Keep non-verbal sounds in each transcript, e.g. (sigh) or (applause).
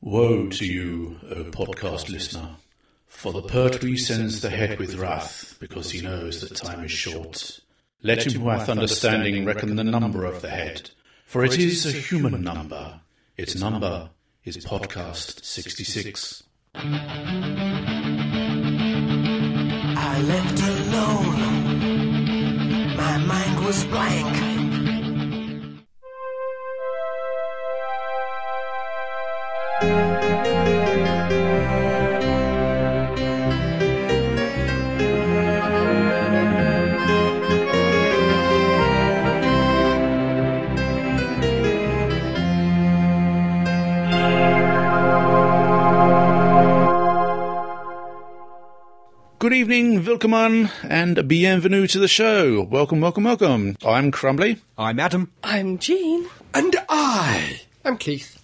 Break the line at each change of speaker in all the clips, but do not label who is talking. Woe to you, O podcast listener, for the pertwee sends the head with wrath, because he knows that time is short. Let him who hath understanding reckon the number of the head, for it is a human number. Its number is podcast 66.
I left alone. My mind was blank.
Good evening, Vilkeman, and bienvenue to the show. Welcome, welcome, welcome. I'm Crumbly.
I'm Adam.
I'm Jean.
And I.
I'm Keith.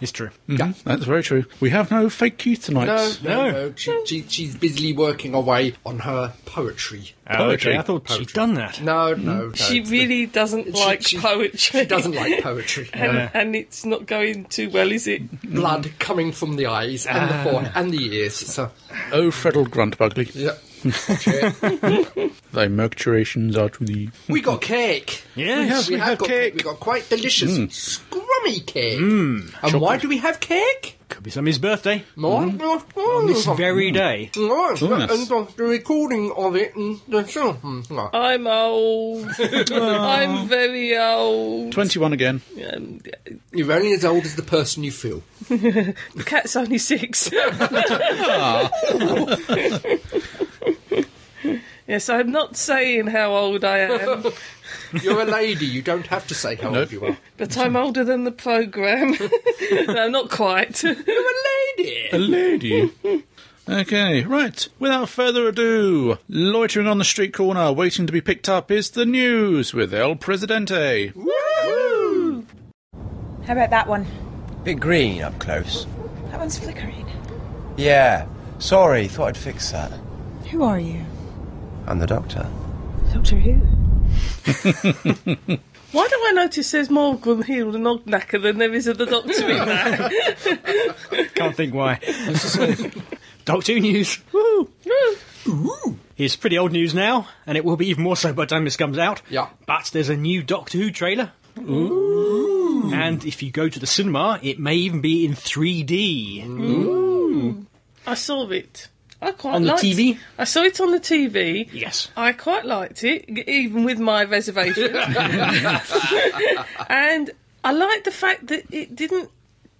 It's true.
That's very true. We have no fake Keith tonight.
No, no, no. She, she, she's busily working away on her poetry.
Poetry.
Oh, Okay, I thought she'd done that.
No, no, no.
She really doesn't like
she-
poetry.
She doesn't like poetry.
(laughs) And, and it's not going too well, is
(laughs)
it?
Blood coming from the eyes and the forehead and the ears. So,
Oh, Freddle Gruntbugly,
yeah.
(laughs) thy mercurations are to thee.
We got cake.
Yes,
we have
got
cake.
We got quite delicious, scrummy cake. and why do we have cake?
Could be somebody's birthday.
More?
On this very day.
Oh,
Yes.
and the the recording of it. and the show. Mm,
I'm old.
(laughs)
I'm very old.
21 again.
Um,
You're only as old as the person you feel.
the cat's only
(laughs)
six. (laughs) yes, I'm not saying how old I am,
You're a lady. You don't have to say how old you are.
but I'm older than the programme. (laughs) no, not
(laughs)
quite.
You're a lady.
A lady. okay, right. Without further ado, loitering on the street corner, waiting to be picked up, is the news with El Presidente.
How about that one?
Bit green up close.
That one's flickering.
Yeah. Sorry, thought I'd fix that.
Who are you?
I'm the doctor.
Doctor Who.
Why do I notice there's more Grumhill and Ognacker than there is of the Doctor
(laughs)
in that?
Can't think why. (laughs) Doctor Who news. Woo! It's pretty old news now, and it will be even more so by the time this comes out.
Yeah.
But there's a new Doctor Who trailer. Ooh. And if you go to the cinema, it may even be in 3D.
I saw it. I quite
On the
liked
TV?
I saw it on the TV.
Yes.
I quite liked it, g- even with my
(laughs)
reservation. and I liked the fact that it didn't.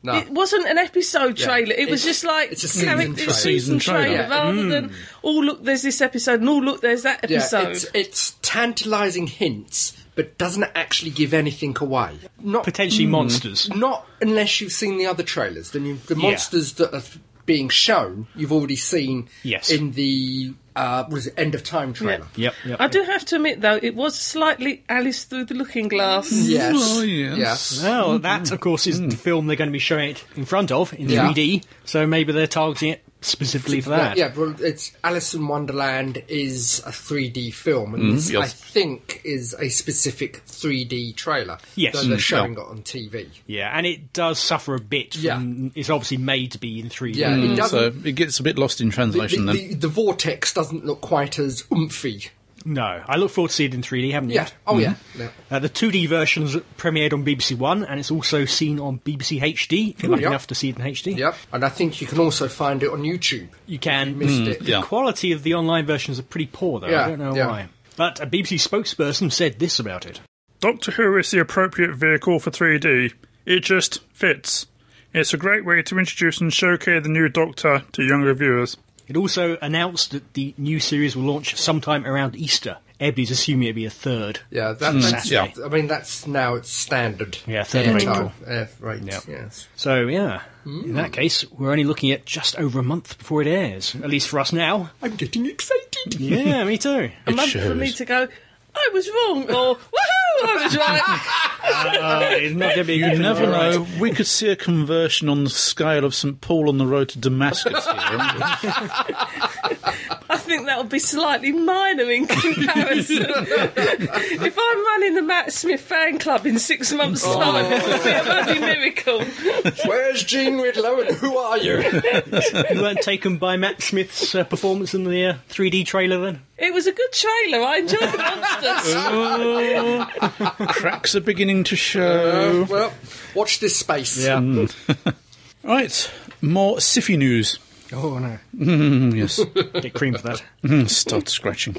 No.
It wasn't an episode
Ah. Yeah.
trailer. It was
It's-
just like
it's a season
character-
trailer.
Season trailer.
trailer,
Yeah.
rather than oh look, there's this episode, and oh look, there's that
Yeah,
episode.
it's, it's tantalising hints, but doesn't actually give anything away. Not
Potentially monsters.
not unless you've seen the other trailers. The, new- the
Yeah.
monsters that are being shown, you've already seen
Yes.
in the uh, what is it, end of time trailer.
Yep, yep.
I do have to admit though, it was slightly Alice through the Looking Glass.
Yes.
Oh, yes.
Well,
Mm,
that, of course, is the film they're going to be showing it in front of in
Yeah.
3D, so maybe they're targeting it specifically for that.
Yeah, yeah, well, it's Alice in Wonderland is a 3D film,
Mm-hmm.
and this,
yes.
I think, is a specific 3D trailer.
Yes. Mm-hmm.
though they're
Mm,
showing it on TV.
Yeah, and it does suffer a bit from. It's obviously made to be in 3D.
Yeah, it doesn't.
So it gets a bit lost in translation
the,
then.
the, the vortex doesn't look quite as oomphy.
No, I look forward to see it in 3D,
Mm.
haven't you?
Yeah. Oh, yeah. yeah.
Uh, the 2D version's premiered on BBC One, and it's also seen on BBC HD. If you're lucky
Yep.
enough to see it in HD.
Yep. And I think you can also find it on YouTube.
You can. Mm,
Missed it.
yeah.
The quality of the online versions are pretty poor, though.
Yeah,
I don't know
yeah.
why. But a BBC spokesperson said this about it.
Doctor Who is the appropriate vehicle for 3D. It just fits. It's a great way to introduce and showcase the new Doctor to younger viewers.
It also announced that the new series will launch sometime around Easter. Everybody's assuming it'll be a third.
Yeah, that, that's,
Mm. Yeah.
I mean, that's now it's standard.
Yeah, third of
airtime,
April.
air rate,
Yep.
yes.
So, yeah, in that case, we're only looking at just over a month before it airs, at least for us now.
I'm getting excited.
Yeah, me too.
a month for
shows.
me to go. I was wrong, or woohoo, I was
(laughs)
right.
it's not going to be
You never know. Uh, We could see a conversion on the scale of St. Paul on the road to Damascus here.
think that would be slightly minor in
(laughs)
comparison. if I'm running the Matt Smith fan club in six months'
Oh.
time, it'll be a bloody miracle.
(laughs) Where's Gene Ridlow and who are
(laughs)
you?
You weren't taken by Matt Smith's uh, performance in the uh, 3D trailer then?
It was a good trailer. I enjoyed the
(laughs)
monsters.
Cracks are beginning to show.
Uh, well, watch this space. Mm.
Right, more siffy news.
Oh, no.
Mm, yes. Mm,
Get cream for that.
Start scratching.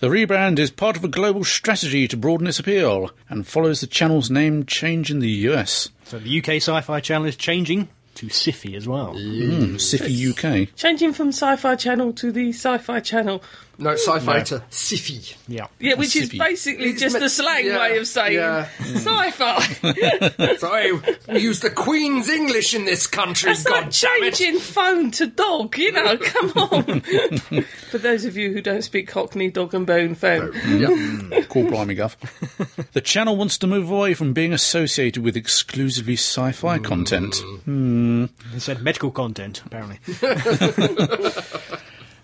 The rebrand is part of a global strategy to broaden its appeal and follows the channel's name change in the US.
So the UK Sci Fi Channel is changing to SIFI as well.
Mm, Siffy UK.
Changing from Sci Fi Channel to the Sci Fi Channel.
No, sci fi to Siffy.
Yeah.
Yeah, which is
Sippy.
basically
It's
just
meant-
a slang
yeah,
way of saying (laughs)
yeah.
sci
(laughs)
fi.
Sorry, we use the Queen's English in this country,
That's
God
not
damn it.
changing phone to dog, you
(laughs)
know, come on. (laughs) For those of you who don't speak Cockney, dog and bone phone.
Call Blimey Guff. The channel wants to move away from being associated with exclusively sci fi content
It said medical content, apparently.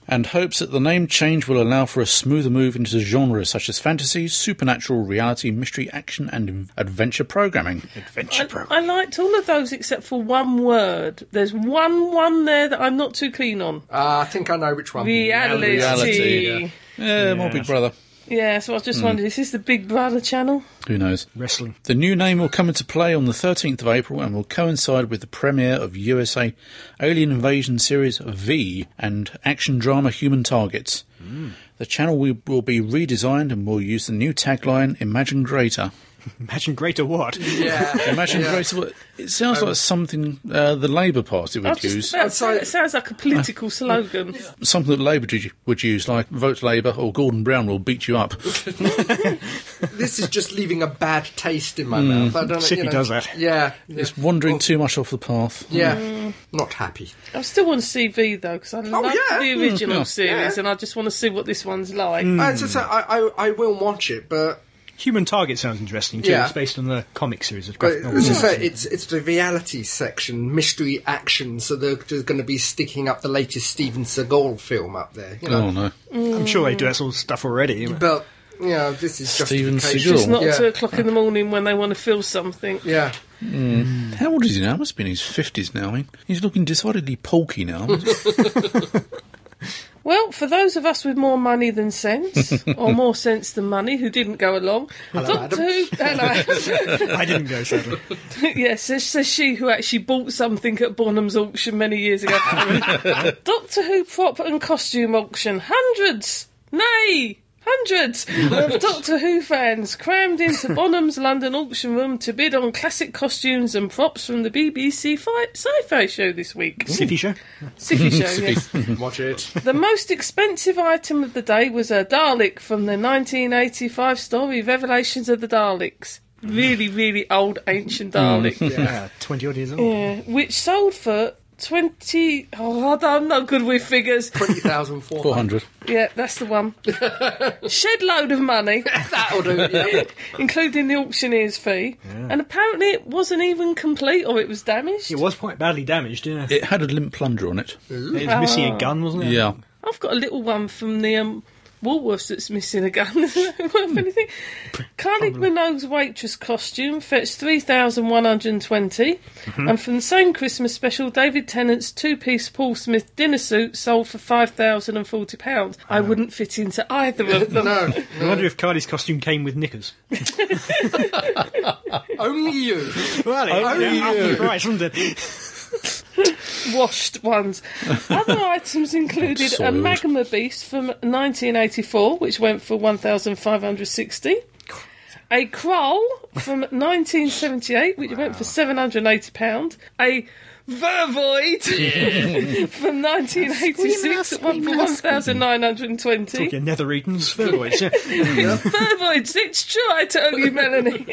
and hopes that the name change will allow for a smoother move into genres such as fantasy, supernatural, reality, mystery, action, and adventure programming. Adventure
I, I liked all of those except for one word. There's one one there that I'm not too clean on.
Uh, I think I know which one.
Reality.
Reality,
yeah.
Yeah, more Big Brother.
so I was just wondering, is this the Big Brother channel?
Who knows?
Wrestling. (laughs)
The new name will come into play on the 13th of April and will coincide with the premiere of USA Alien Invasion Series V and action drama Human Targets. The channel will will be redesigned and will use the new tagline Imagine Greater.
Imagine greater what?
Yeah.
Imagine Greater. well, It sounds like something uh, the Labour Party
I
would
was just
use.
about to
Outside-
say, it sounds like a political slogan.
Something that Labour d- would use, like Vote Labour or Gordon Brown will beat you up.
this is just leaving a bad taste in my mouth. I don't know, you
Sippy
know.
does that.
Yeah. Yeah.
It's wandering too much off the path.
yeah.
Hmm.
Not happy.
I still want to see V though because I love
yeah.
the original series
Yeah.
and I just want to see what this one's like.
Uh, so, so I, I, I will watch it, but,
Human Target sounds interesting too.
Yeah.
It's based on the comic series of
but
graphic novels.
so, so it's it's the reality section, mystery action. So they're going to be sticking up the latest Steven Seagal film up there. You know,
Oh no.
I'm sure they do that sort of stuff already. But
but you know this is
Steven
justification.
Seagal.
It's not
yeah.
two o'clock in the morning when they want to feel something.
yeah.
How old is he now? Must have been in his 50s now. I mean, he's looking decidedly pulky now.
Well, for those of us with more money than sense, or more sense than money, who didn't go along, Doctor Who. Hello.
I didn't go, sadly.
yes, says says she who actually bought something at Bonham's auction many years ago. Doctor Who prop and costume auction. Hundreds, nay, hundreds of Doctor Who fans crammed into Bonham's London auction room to bid on classic costumes and props from the BBC fi- sci-fi show this week.
(laughs) Siffy show?
Sci-fi show, yes.
Watch it.
The most expensive item of the day was a Dalek from the 1985 story Revelations of the Daleks. Really, really old ancient Dalek.
Yeah, 20 odd years old.
Yeah, which sold for 20. Oh, I'm not good with figures.
Twenty thousand four hundred.
400.
Yeah, that's the one. Shed load of money,
That'll do. Yeah.
including the auctioneer's fee. And apparently it wasn't even complete or it was damaged.
It was quite badly damaged, yeah.
It had a limp plunger on it.
It was missing a gun, wasn't it?
Yeah.
I've got a little one from the um, Woolworths that's missing a (laughs) gun. Is that worth anything? Kylie Minogue's waitress costume fetched three and from the same Christmas special, David Tennant's two-piece Paul Smith dinner suit sold for five thousand and forty pounds. I wouldn't fit into either of
(laughs)
them. (laughs)
No,
I wonder if Cardi's costume came with knickers.
only you.
Well, it
yeah.
right, wasn't it?
washed ones. Other items included a
Soiled.
magma beast from 1984, which went for 1,560. A Kroll from 1978, which went for £780. A Vervoid (laughs) from 1986, it went for 1,920.
Your Nether Eden's Furboys, yeah.
Furvoids, it's true, I tell you, Melanie.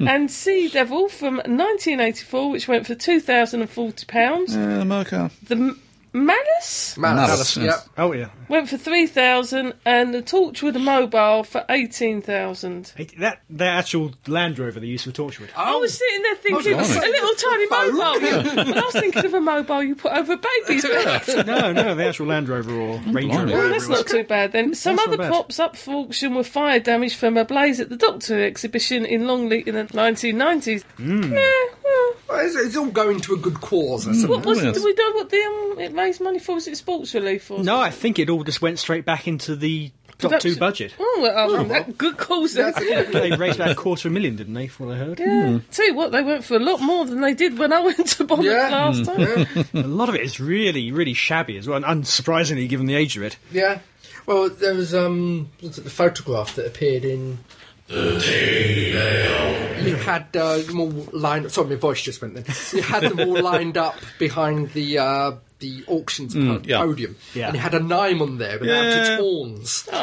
and Sea Devil from 1984, which went for £2,040.
Uh, Merca.
The M- Malice
Man,
Malice,
Malice,
yes.
yep.
Oh, yeah.
went for 3,000 and the Torchwood Mobile for 18,000.
Hey, That, that actual Land Rover they used for Torchwood.
I was sitting there thinking,
Oh, blimey.
a little tiny
Phone.
mobile.
(laughs)
but I was thinking of a mobile you put over babies. Well,
Oh, No, no, the actual Land Rover or Range Rover.
blimey.
whatever
that's
it was.
not too bad then. Some
That's not
other
bad.
props up for auction were fire damage from a blaze at the Doctor exhibition in Longleat in the 1990s.
Hmm.
Yeah, well,
Well, it's, it's all going to a good cause. I suppose.
what
Oh,
was,
yes.
do we know what the, um, it raised money for? Was it sports relief or
No, I think it all just went straight back into the top
Production.
two budget.
Oh, well, um, that good cause then.
That's
Yeah.
they raised about a quarter of a million, didn't they, from what I
(laughs)
heard?
Tell you what, they went for a lot more than they did when I went to Bonnet
Yeah.
Hmm.
last time.
A lot of it is really, really shabby as well, and unsurprisingly, given the age of it.
Yeah. Well, there was um, was it the photograph that appeared in? The Daily You had uh, them all lined. Sorry, my voice just went. Then you had them all lined up behind the uh, the auctions po-
yeah.
podium,
Yeah.
and it had a Nime on there without its horns, a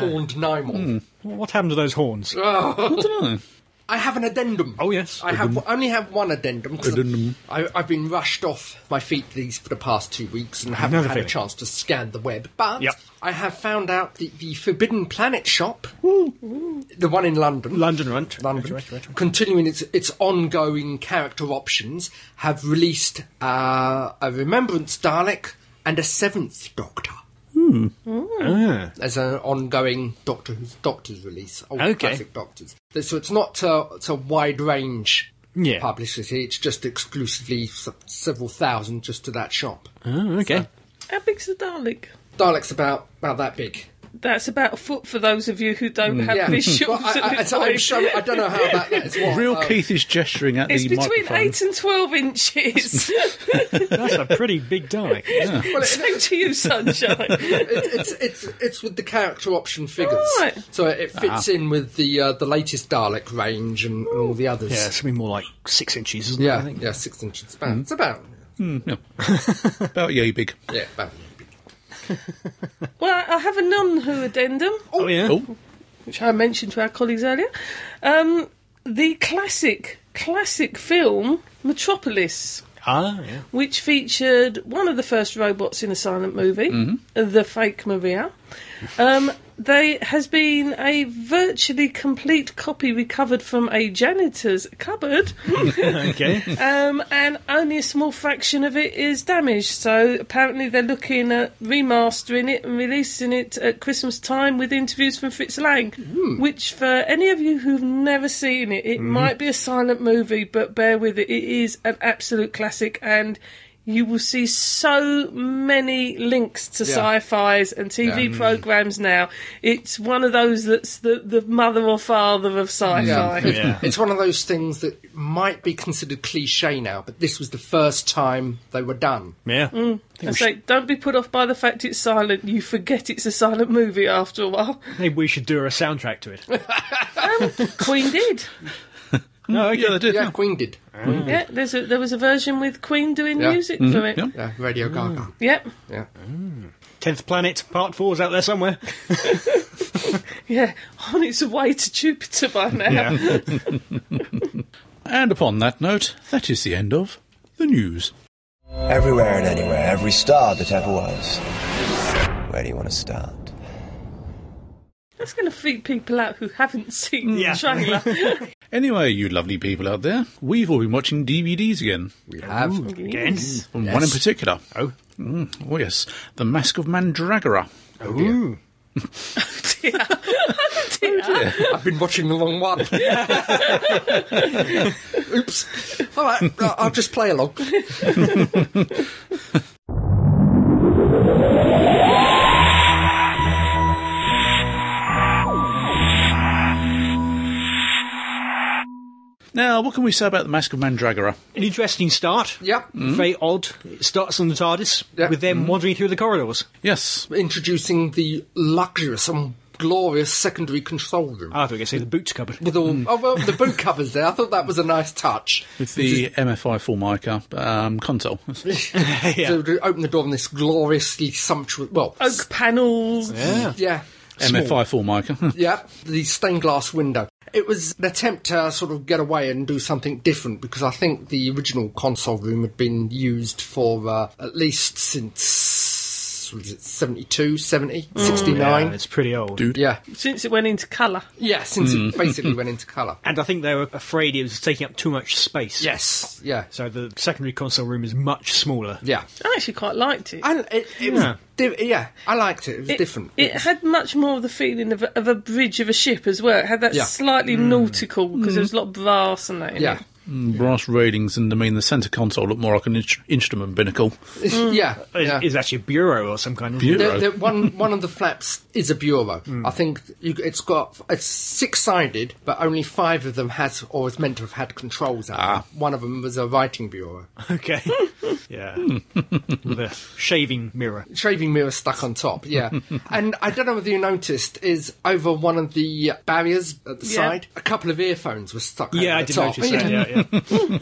dehorned Nime on.
Well, What happened to those horns?
I have an addendum.
Oh, yes.
I have only have one addendum. 'cause
Addendum.
I, I've been rushed off my feet these for the past two weeks and
know
haven't
the
had a
feeling.
chance to scan the web. But
Yep.
I have found out that the Forbidden Planet shop, the one in London,
London Runt.
London,
Right, right, right.
continuing its its ongoing character options, have released uh, a Remembrance Dalek and a Seventh Doctor.
Ah.
As an ongoing Doctor Who's Doctors release, old
Okay.
classic Doctors. So it's not uh, it's a wide range
Yeah.
publicity. It's just exclusively s- several thousand just to that shop.
Oh, okay.
How big's the Dalek?
Dalek's about about that big.
That's about a foot for those of you who don't have
Hmm. Yeah,
visuals.
(laughs)
Well, I, I,
at this
so I'm
point.
showing- I don't know how about that is. What,
Real
uh,
Keith is gesturing at
It's
the
between
microphone.
eight and twelve
(laughs)
inches.
That's a pretty big Dalek. (laughs) Yeah.
well, it-
Same to you, sunshine.
it- it's it's it's with the character option figures,
Right.
so it
Ah.
fits in with the uh, the latest Dalek range and, and all the others.
Yeah, it's going to be more like six inches, isn't it? I
yeah,
think? Mm-hmm.
yeah, six inches span. It's about
About yay big.
yeah, about.
well, I have a non who addendum,
Oh, yeah.
Oh,
which I mentioned to our colleagues earlier. Um, the classic, classic film Metropolis,
Ah, yeah.
which featured one of the first robots in a silent movie, the fake Maria. Um, they has been a virtually complete copy recovered from a janitor's cupboard.
(laughs) Okay.
Um, and only a small fraction of it is damaged. So apparently they're looking at remastering it and releasing it at Christmas time with interviews from Fritz Lang. Which, for any of you who've never seen it, it might be a silent movie, but bear with it. It is an absolute classic, and you will see so many links to sci-fi's and TV programs now. It's one of those that's the, the mother or father of sci-fi.
Yeah. It's,
Yeah.
it's one of those things that might be considered cliche now, but this was the first time they were done.
Yeah.
I say, don't be put off by the fact it's silent. You forget it's a silent movie after a while.
Maybe we should do a soundtrack (laughs) to it.
(laughs) Queen did.
No, okay.
yeah, they did.
Yeah,
yeah.
Queen did.
Yeah, there's a, there was a version with Queen doing
Yeah.
music for it.
yeah.
Yeah, Radio
Mm.
Gaga.
Yep.
Tenth Planet Part Four's out there somewhere.
Yeah. (laughs) On its way to Jupiter by now.
Yeah.
And upon that note, that is the end of the news.
Everywhere and anywhere, every star that ever was. Where do you want to start?
That's going to freak people out who haven't seen
Yeah.
the (laughs) trailer.
Anyway, you lovely people out there, we've all been watching DVDs again. Mm.
We have.
Again.
And One in particular. Oh. Mm, oh, yes. The Mask of Mandragora.
Ooh.
I've been watching the wrong
(laughs)
one. Oops. All right, I- I'll just
(laughs)
play along.
Now, what can we say about The Mask of Mandragora?
An interesting start.
Yep.
Very odd. It starts on the TARDIS
Yeah.
with them wandering through the corridors.
Yes.
Introducing the luxurious and glorious secondary control room.
Ah, I thought you were going to say the boots cupboard. (laughs)
with all, oh well, the boot covers there. I thought that was a nice touch.
With the MFI Formica um, console.
So to open the door on this gloriously sumptuous. Well,
Oh, Oak panels.
Oh, Yeah.
yeah,
MFI Formica. (laughs)
yeah, the stained glass window. It was an attempt to sort of get away and do something different because I think the original console room had been used for uh, at least since was it 72, 70,
Mm.
69?
Yeah, it's Mm. pretty old.
Yeah,
Since it went into colour.
yeah, since it
(laughs)
basically went into colour.
And I think they were afraid it was taking up too much space.
Yes, yeah,
So the secondary console room is much smaller.
yeah.
I actually quite liked it.
And it, it
Yeah.
was, di- yeah, I liked it. It was different.
It had much more of the feeling of a, of a bridge of a ship as well. It had that
Yeah.
slightly nautical because there was a lot of brass and that. In
yeah,
it.
Brass railings and I mean the centre console looked more like an instru- instrument binnacle.
(laughs) yeah,
It
yeah.
is actually a bureau or some kind of
Bureau.
The, the one one of the flaps is a bureau.
Hmm.
I think you, it's got it's six sided, but only five of them has or is meant to have had controls. on
Ah.
them. One of them was a writing bureau,
Okay. yeah. With a shaving mirror.
shaving mirror stuck on
(laughs)
top. Yeah, and I don't know whether you noticed is over one of the barriers at the
Yeah.
side, a couple of earphones were stuck.
Yeah,
over
I
the
did
top.
notice that. Yeah, yeah.
(laughs)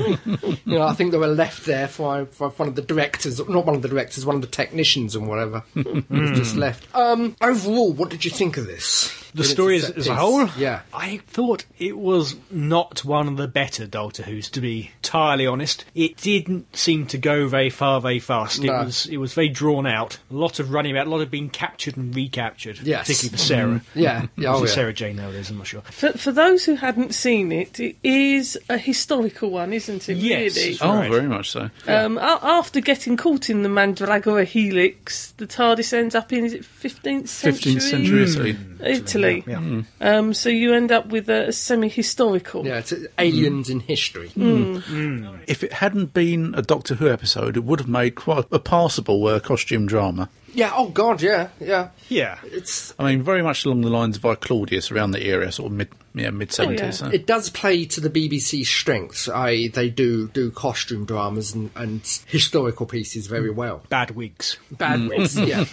You know, I think they were left there for, for one of the directors, not one of the directors, one of the technicians
(laughs)
and whatever.
Hmm.
It was just left. Um, overall, what did you think of this?
The
It is
story
set
as, as a
piece.
whole,
Yeah.
I thought it was not one of the better Doctor Who's. To be entirely honest, it didn't seem to go very far, very fast.
No.
It was it was very drawn out. A lot of running about, a lot of being captured and recaptured.
Yes.
particularly for Sarah.
Yeah, yeah,
Is
oh,
it
yeah.
Sarah Jane nowadays? I'm not sure.
For, for those who hadn't seen it, it is a historical one, isn't it?
Yes.
Really?
Oh,
Right.
very much so.
Um, a- after getting caught in the Mandragora Helix, the TARDIS ends up in is it 15th century,
15th century, so
Italy.
Yeah.
Um, so you end up with a, semi-historical.
Yeah, it's uh, aliens in history.
Mm.
if it hadn't been a Doctor Who episode, it would have made quite a passable uh, costume drama.
Yeah. Oh God. Yeah. Yeah.
Yeah.
It's
I mean, very much along the lines of our Claudius around the era, sort of mid yeah, mid seventies.
it does play to the BBC's strengths. I they do do costume dramas and, and historical pieces very
Mm.
well.
Bad wigs.
Bad
(laughs)
wigs. Yeah.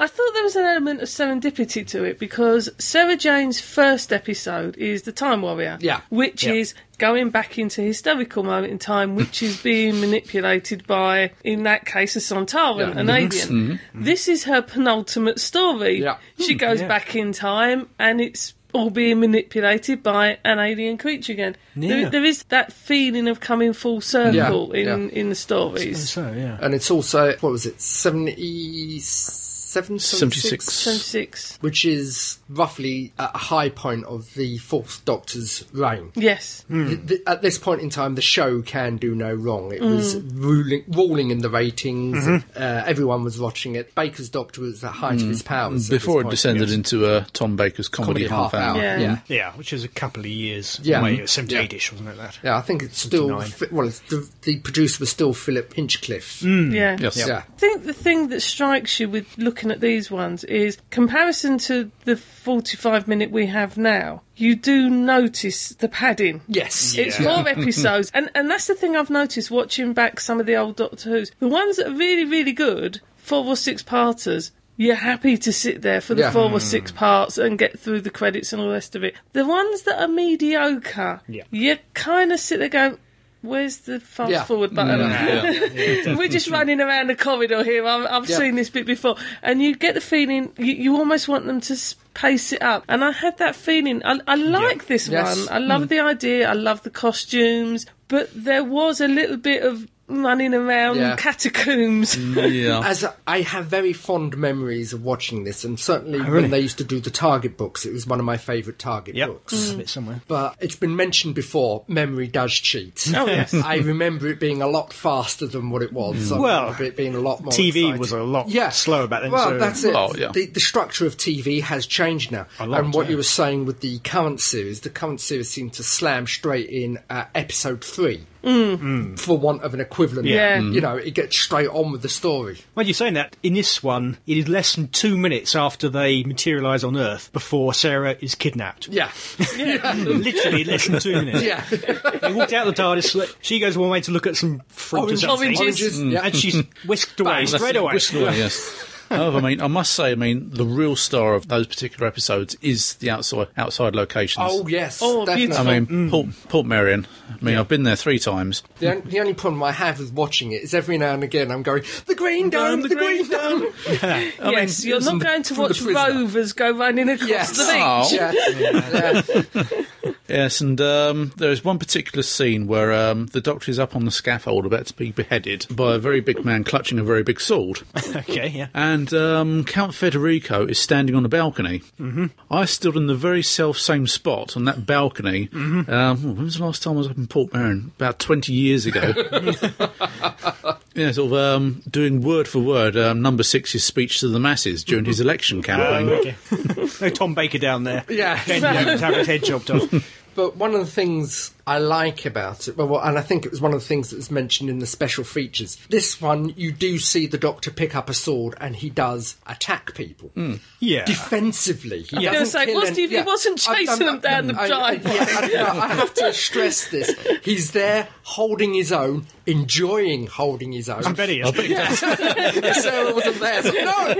I thought there was an element of serendipity to it because Sarah Jane's first episode is the Time Warrior,
Yeah.
which
Yeah.
is going back into historical moment in time, which is being (laughs) manipulated by, in that case, a Sontaran,
Yeah.
an alien. This is her penultimate story.
Yeah.
She goes
yeah.
back in time, and it's all being manipulated by an alien creature again.
Yeah.
There, there is that feeling of coming full circle
Yeah.
in in the stories.
So yeah.
and it's also what was it seventy seven
Seventy six.
76.
which is roughly at a high point of the Fourth Doctor's reign.
Yes.
Hmm.
Th- th- at this point in time, the show can do no wrong. It was
Mm.
ruling, ruling in the ratings.
Mm-hmm.
Uh, everyone was watching it. Baker's Doctor was at the height of his powers at this
Mm. Before it
point.
descended into uh, Tom Baker's comedy,
Comedy
half, hour.
Yeah.
yeah.
Yeah, which is a couple of years
Yeah.
away.
Mm.
Seventy eight-ish, wasn't it? That.
Yeah, I think it's still
79.
Fi- well. It's the, the producer was still Philip Hinchcliffe.
Mm.
Yeah.
Yes.
Yeah,
I think the thing that strikes you with looking at these ones is comparison to the 45 minute we have now, you do notice the padding.
yes,
It's
(laughs)
four episodes, and, and that's the thing I've noticed watching back some of the old Doctor Who's. The ones that are really, really good, four or six parters, you're happy to sit there for the
Yeah. Hmm.
four or six parts and get through the credits and all the rest of it. The ones that are mediocre,
Yeah.
you kind of sit there going, Where's the fast
Yeah.
forward (laughs) button? We're just running around the corridor here. I've, I've
Yeah.
seen this bit before, and you get the feeling you, you almost want them to s- pace it up. And I had that feeling. I, I like this
Yes.
one. I love the idea. I love the costumes, but there was a little bit of running around
Yeah. Hmm.
catacombs. (laughs)
(laughs)
Yeah.
As I have very fond memories of watching this, and
Ah,
certainly
really?
when they used to do the Target books, it was one of my favourite Target
Yep.
books.
Mm.
A bit somewhere.
But it's been mentioned before. Memory does cheat.
Oh yes.
(laughs) I remember it being a lot faster than what it was. I
Well,
remember it being a lot more.
TV
exciting.
was a lot
yeah.
slower back then,
Well,
so-
that's it.
Well, yeah.
the, the structure of TV has changed now.
lot,
and what
yeah.
you were saying with the current series, the current series seemed to slam straight in at episode three
Mm.
for want of an equivalent.
Yeah. Mm.
You know, it gets straight on with the story.
Mind you, saying that, in this one, it is less than two minutes after they materialise on Earth before Sarah is
(laughs)
kidnapped.
Yeah.
Literally less than two minutes.
Mm. Yeah.
They walked out of the TARDIS, like, she goes one way to look at some fruit or
Oranges.
something,
(laughs) Oranges, Mm. yeah.
and she's whisked away (laughs)
Bang.
straight away.
Whistler, Oh, yes. However, I mean, I must say, I mean, the real star of those particular episodes is the outside outside locations.
Oh yes,
Oh,
definitely.
I
beautiful.
mean, Port, Port Marion. I mean, I've been there three times.
The, on- the only problem I have with watching it is every now and again I'm going the Green Dome, the, Green, Dome.
yes, you're
listen,
not going to
from the
watch
prisoner.
rovers go running across
Yes. Oh.
the beach.
Yeah, yeah.
Yes, and um, there is one particular scene where um, the doctor is up on the scaffold about to be beheaded by a very big man clutching a very big sword.
okay, yeah.
And um, Count Federico is standing on a balcony. Mm-hmm. I stood in the very self same spot on that balcony. Um, when was the last time I was up in Port Marion? About 20 years ago. yeah, sort of um, doing word for word um, number six's speech to the masses during his election campaign.
Okay. no Tom Baker down there.
(laughs) Yeah.
Ben Young's having his head chopped
(laughs)
off.
(laughs) But one of the things I like about it, well, and I think it was one of the things that was mentioned in the special features, this one you do see the Doctor pick up a sword and he does attack people.
Yeah.
Defensively, he
Yeah. I
doesn't
Hmm. was gonna say,
kill
was-
any-
he wasn't
I've
chasing them down the
I-
driveway.
yeah, I, no, I have to stress this. He's there holding his own, enjoying holding his own.
I bet he is. (laughs)
Sarah wasn't there. So, no,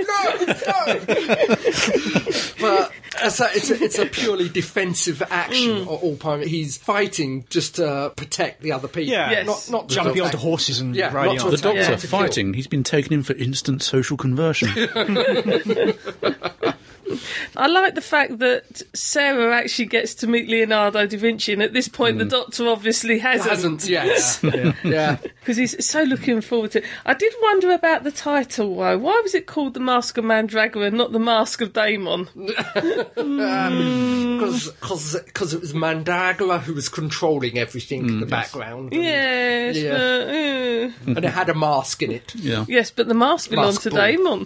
no, no. but as a, it's, a, it's a purely defensive action at all time. He's fighting just to protect the other people.
Yeah.
Yes.
Not, not to
Jumping
attack.
onto horses and
Yeah,
riding
not
on.
to
The doctor
Yeah.
fighting, he's been taken in for instant social conversion.
I like the fact that Sarah actually gets to meet Leonardo da Vinci, and at this point, the Doctor obviously hasn't
Hmm. Hasn't yes. (laughs) Yeah.
because he's so looking forward to. it. I did wonder about the title though. Why was it called the Mask of Mandragora and not the Mask of Daemon?
Hmm. Because it was Mandagla who was controlling everything
Mm,
in the background. and-
Yes,
Yeah.
but, eh.
And it had a mask in it.
yeah.
yes, but the mask belonged
Mask
to
ball.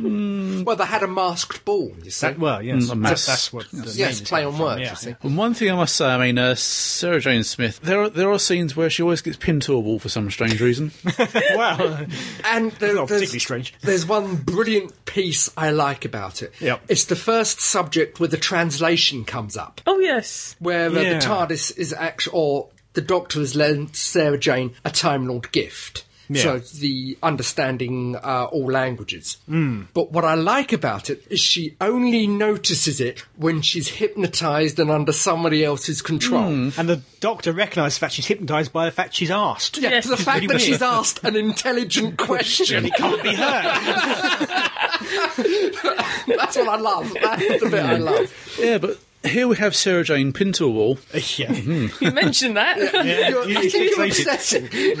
Daemon.
Well, they had a masked ball, you see.
That, well, yes.
Mm, a mass.
That's what. the name
yes,
is
play on
from,
words,
yeah.
you see.
And one thing I must say, I mean, uh, Sarah Jane Smith, there are, there are scenes where she always gets pinned to a wall for some strange reason.
(laughs) Wow.
And there,
Not
there's,
particularly strange.
(laughs) There's one brilliant piece I like about it.
Yep.
It's the first subject where the translation comes up,
Oh yes,
where uh,
Yeah.
the TARDIS is actually, or the Doctor has lent Sarah Jane a Time Lord gift.
Yeah.
So the understanding uh, all languages.
Hmm.
Mm. But what I like about it is she only notices it when she's hypnotized and under somebody else's control.
And the doctor recognises that she's hypnotised by the fact she's asked.
Yeah,
Yes.
the fact that
Really
she's
weird.
asked
(laughs)
an intelligent question.
It can't be her.
That's what I love. That's the bit I love.
yeah, but here we have Sarah Jane pinned to a wall.
yeah.
you (laughs) mentioned that.
You're,
you
I think you're
translated.
obsessing.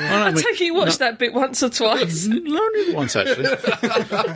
(laughs) I
(laughs) I take it you watched that bit once or twice.
Only (laughs) once, actually.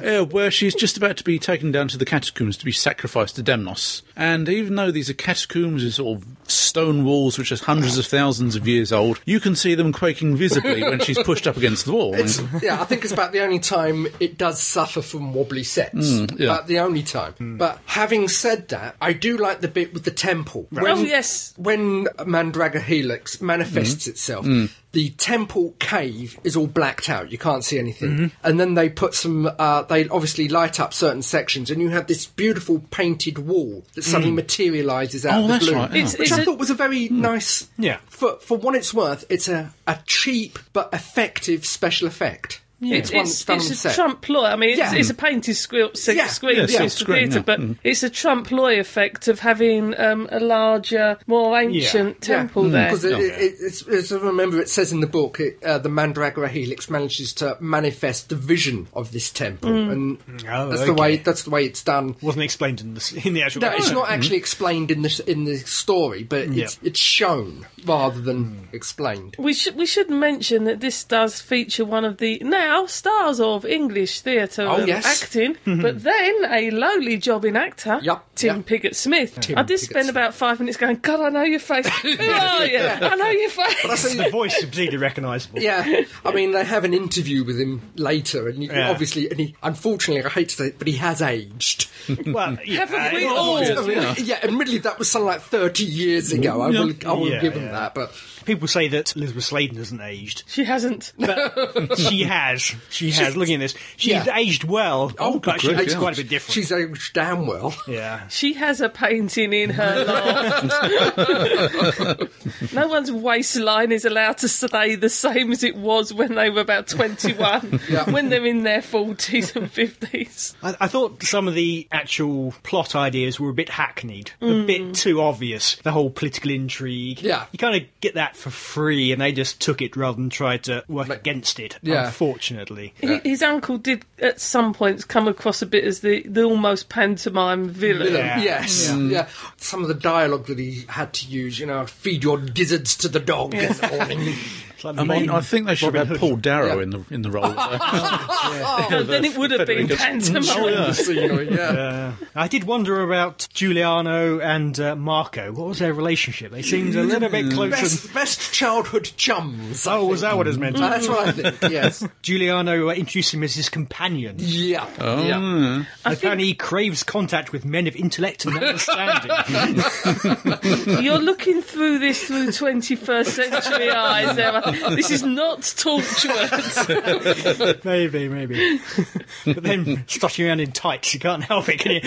yeah, where she's just about to be taken down to the catacombs to be sacrificed to Demnos. And even though these are catacombs and sort of stone walls which are hundreds of thousands of years old, you can see them quaking visibly when she's pushed up against the wall.
It's, yeah, I think it's about the only time it does suffer from wobbly sets.
yeah.
About the only time.
Mm.
But having said that, I do like the bit with the temple.
Oh, yes.
When Mandragora Helix manifests
Mm.
itself, the temple cave is all blacked out. You can't see anything.
Mm-hmm.
And then they put some. Uh, they obviously light up certain sections, and you have this beautiful painted wall that suddenly materialises
Mm.
out
Oh,
of the
that's
blue.
right, yeah. It's- Mm.
which
it's
I
a-
thought was a very nice.
Yeah.
For for what it's worth, it's a, a cheap but effective special effect. It's one that's
It's,
done
it's
on
a
set.
Trump lawyer. I mean, it's,
Yeah.
it's a painted squil- se-
Yeah.
screen,
Yeah,
which is
yeah,
for
screen,
theatre,
yeah.
but
Mm.
it's a Trump lawyer effect of having um, a larger, more ancient
Yeah. Mm.
temple
Mm.
Mm.
there.
Because it, it, it's, it's, I remember it says in the book, it, uh, the Mandragora Helix manages to manifest the vision of this temple,
Mm.
and
Oh,
that's the way
okay. Oh. Mm-hmm.
that's the way it's done.
Wasn't explained in the, in the actual.
No, it's not actually explained in the in the story, but it's it's shown rather
Mm.
than
(laughs)
explained.
We should we should mention that this does feature one of the now stars of English theatre
Oh,
and
yes. (laughs)
acting, but then a lowly jobbing actor,
Yep,
Tim
yep.
Piggott Smith. I did spend
Piggott-Smith.
about five minutes going, God, I know your
(laughs)
face. Who are you? I know your
That's
face.
a-
The voice is completely recognisable.
yeah, I mean they have an interview with him later, and you,
Yeah.
obviously, and he unfortunately, I hate to say it, but he has aged.
(laughs) Well, yeah,
Haven't we
uh,
all?
I mean, yeah. admittedly, that was something like thirty years ago. I will, I will
Yeah,
give him
yeah.
that, but
People say that Elizabeth Sladen hasn't aged.
She hasn't.
But she has. She has. Looking at this, she's
Yeah.
aged well,
Oh,
but
good
she's
grief,
aged
yeah.
quite a bit different.
She's aged down well.
yeah.
She has a painting in her loft.
(laughs)
no one's waistline is allowed to stay the same as it was when they were about 21, when they're in their 40s and 50s.
I, I thought some of the actual plot ideas were a bit hackneyed, a bit too obvious. The whole political intrigue.
Mm. Yeah.
You kind of get that for free, and they just took it rather than try to work against it,
Yeah.
unfortunately.
Hi- His uncle did at some points come across a bit as the, the almost pantomime villain.
Yeah.
(laughs) Yes.
Mm.
Yeah. Some of the dialogue that he had to use, you know, feed your gizzards to the dog in the morning.
It's like
I mean,
modern
I think they should
Robin
have had
Hood.
Paul Darrow
Yeah.
in the in the
(laughs)
role.
No, then it would have been
Federico's-
(laughs)
pantomime.
(laughs) So, you know, yeah.
I did wonder about Giuliano and uh, Marco. What was their relationship? They seemed a little
Mm.
bit closer. than-
Best, Mm. best childhood chums.
Oh, was that what it was meant to be?
(laughs) That's what I think. Yes.
Giuliano uh, introduced him as his companion.
Yeah. yeah.
Apparently, he craves contact with men of intellect
(laughs)
and understanding.
You're looking through this through 21st century eyes, Emma. This is not (laughs) Torchwood.
maybe,
(laughs)
maybe. but then, strutting around in tights, you can't help it, can you?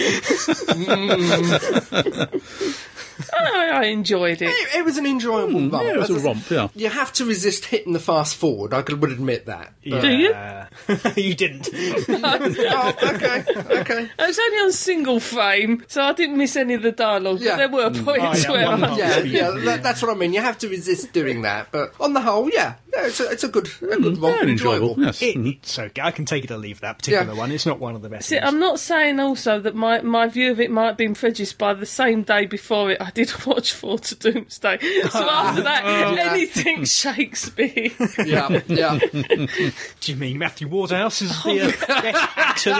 Oh, I, I enjoyed it.
It, it was an enjoyable romp.
yeah, it was a
As I-
romp.
(laughs)
Yeah,
You have to resist hitting the fast forward. I could, would admit that.
Yeah.
Do you?
Uh, (laughs) you didn't.
(laughs)
oh, okay, okay.
It was only on single frame, so I didn't miss any of the dialogue.
Yeah.
But there were points
Oh, yeah,
where
one
I,
part.
Yeah, yeah. That, that's what I mean. You have to resist doing that. But on the whole, yeah, no, it's a, it's a good, a good romp,
yeah, enjoyable. Yes.
It,
Mhm.
it's okay. I can take it or leave that particular
Yeah. um,
one. It's not one of the best.
See,
ones.
I'm not saying also that my, my view of it might have been prejudiced by the same day before it. I did (laughs) watch Four to Doomsday, so
(laughs)
after that,
Oh,
anything (laughs) Shakespeare.
(laughs)
Yeah, yeah.
Do you mean Matthew Wardhouse is
Oh,
the uh, best actor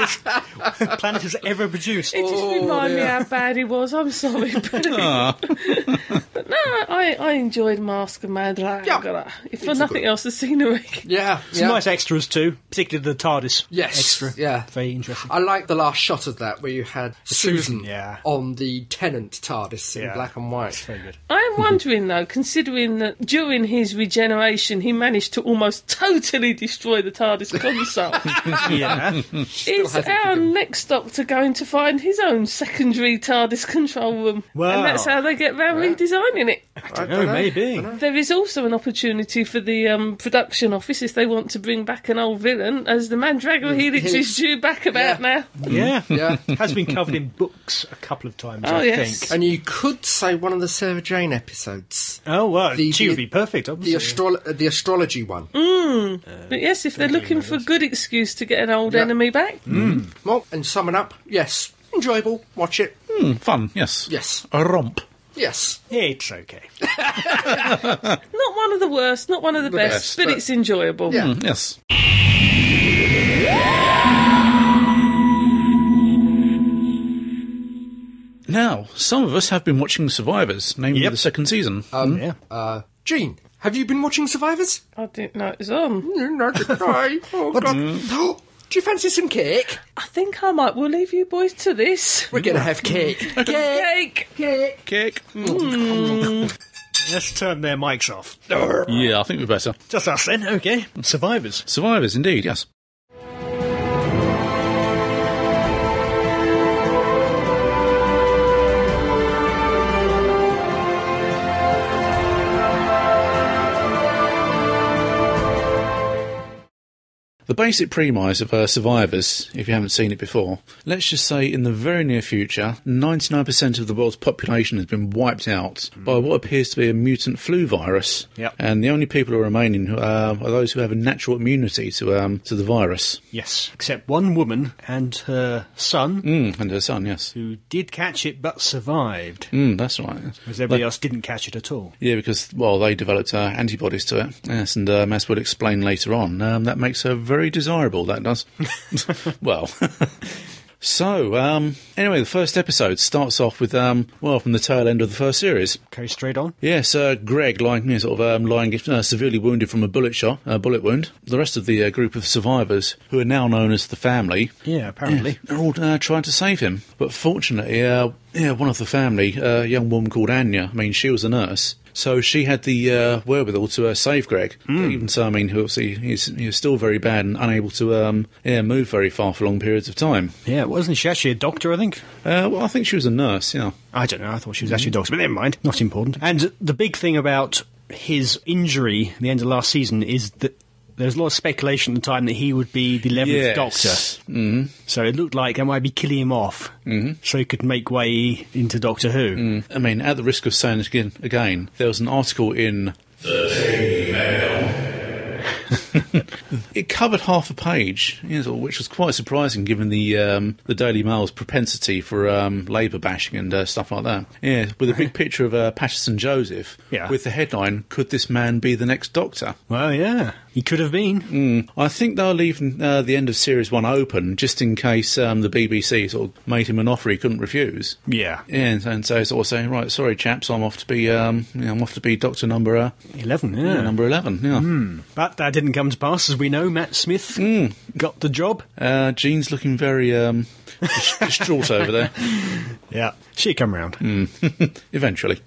this
(laughs)
planet has ever produced?
It just
Oh, Ah.
reminded me
yeah.
how bad he was. I'm sorry, (laughs) but, but no, I, I enjoyed Mask of Mandragora.
Yeah.
If for nothing else, the scenery.
Yeah,
Some
yeah.
nice extras too, particularly the TARDIS.
Yes,
extra.
yeah.
very interesting.
I like the last shot of that where you had Susan,
yeah.
on the tenant TARDIS in
Yeah.
black and white.
Very
(laughs)
good.
I am wondering though, considering that during his regeneration, he managed to almost totally destroy the TARDIS
(laughs)
console.
Yeah,
Is
hasn't
our
forgiven.
next Doctor going to find his own secondary TARDIS control room?
Wow.
And that's how they get round redesigning it.
(laughs) I don't know, Oh, maybe.
There is also an opportunity for the um, production office if they want to bring back an old villain, as the Mandragora Helix
Helix.
is due back about now.
Yeah,
Yeah.
has been covered in books a couple of times.
Oh,
I
yes.
think.
And you could say one of the Sarah Jane episodes,
Oh well,
The-
she would
the-
be perfect.
the,
Obviously.
astro- the astrology one.
Mm.
But yes, if they're looking for a good excuse to get an old
Yeah.
enemy back,
Well, and summing up, yes, enjoyable. Watch it.
Hmm, fun. Yes.
Yes,
A romp.
yes.
it's okay.
not one of the worst, not one of the, best,
best,
but,
but-
it's enjoyable.
Yeah.
Mm, Yes. Now, some of us have been watching Survivors, namely
Yep.
the second season.
Yeah,
Uh, Gene, have you been watching Survivors?
I didn't know it was on.
No, no, I. (laughs) Oh, God. (gasps) Do you fancy some cake?
I think I might. We'll leave you boys to this.
We're going to have
(laughs)
cake. Cake,
Cake.
cake.
Cake.
let's turn their mics off.
Yeah, I think we're better.
Just us then, okay? Survivors.
Survivors, indeed, yes. The basic premise of uh, Survivors, if you haven't seen it before, let's just say in the very near future, 99% of the world's population has been wiped out by what appears to be a mutant flu virus.
Yep.
And the only people who are remaining uh, are those who have a natural immunity to um, to the virus.
Yes, except one woman and her son
Mm, and her son, yes.
who did catch it but survived,
Mm, that's right. yes.
because everybody else didn't catch it at all.
Yeah, because, well, they developed uh, antibodies to it. Yes, and um, as we'll explain later on, um, that makes her very desirable, that does. well. (laughs) so, um, anyway, the first episode starts off with, um, well, from the tail end of the first series.
Go straight on.
Yes, uh, Greg, lying, you know, sort of um, lying uh, severely wounded from a bullet shot, a bullet wound. The rest of the uh, group of survivors, who are now known as the family,
Yeah, apparently.
Yes, they're all uh, trying to save him. But fortunately, uh, yeah, one of the family, uh, a young woman called Anya, I mean, she was a nurse. So she had the uh, wherewithal to uh, save Greg. But even so, I mean, he obviously he's, he's still very bad and unable to um, yeah, move very far for long periods of time.
(clears throat) Yeah, wasn't she actually a doctor, I think?
Uh, well, I think she was a nurse, yeah.
I don't know. I thought she was actually a doctor, but never mind. Not important. And the big thing about his injury at the end of last season is that there was a lot of speculation at the time that he would be the 11th Doctor.
hmm
So it looked like they might be killing him off mm so he could make way into Doctor Who.
I mean, at the risk of saying it again, again there was an article in the Daily Mail. (laughs) it covered half a page, you know, which was quite surprising given the um, the Daily Mail's propensity for um, Labour bashing and uh, stuff like that. Yeah, with a big picture of uh, Patterson Joseph
Yeah.
with the headline, Could This Man Be the Next Doctor?
Well, yeah. He could have been.
I think they'll leave uh, the end of Series 1 open just in case um, the BBC sort of made him an offer he couldn't refuse.
Yeah.
Yeah, and, and so sort of saying, right, sorry, chaps, I'm off to be, um, you know, I'm off to be Doctor Number, uh,
11, yeah.
yeah, Number Eleven. Yeah,
But that didn't come to pass, as we know. Matt Smith
Mm.
got the job.
uh, Jean's looking very um, dis- distraught over there.
Yeah. She'd come round.
Mm. Eventually,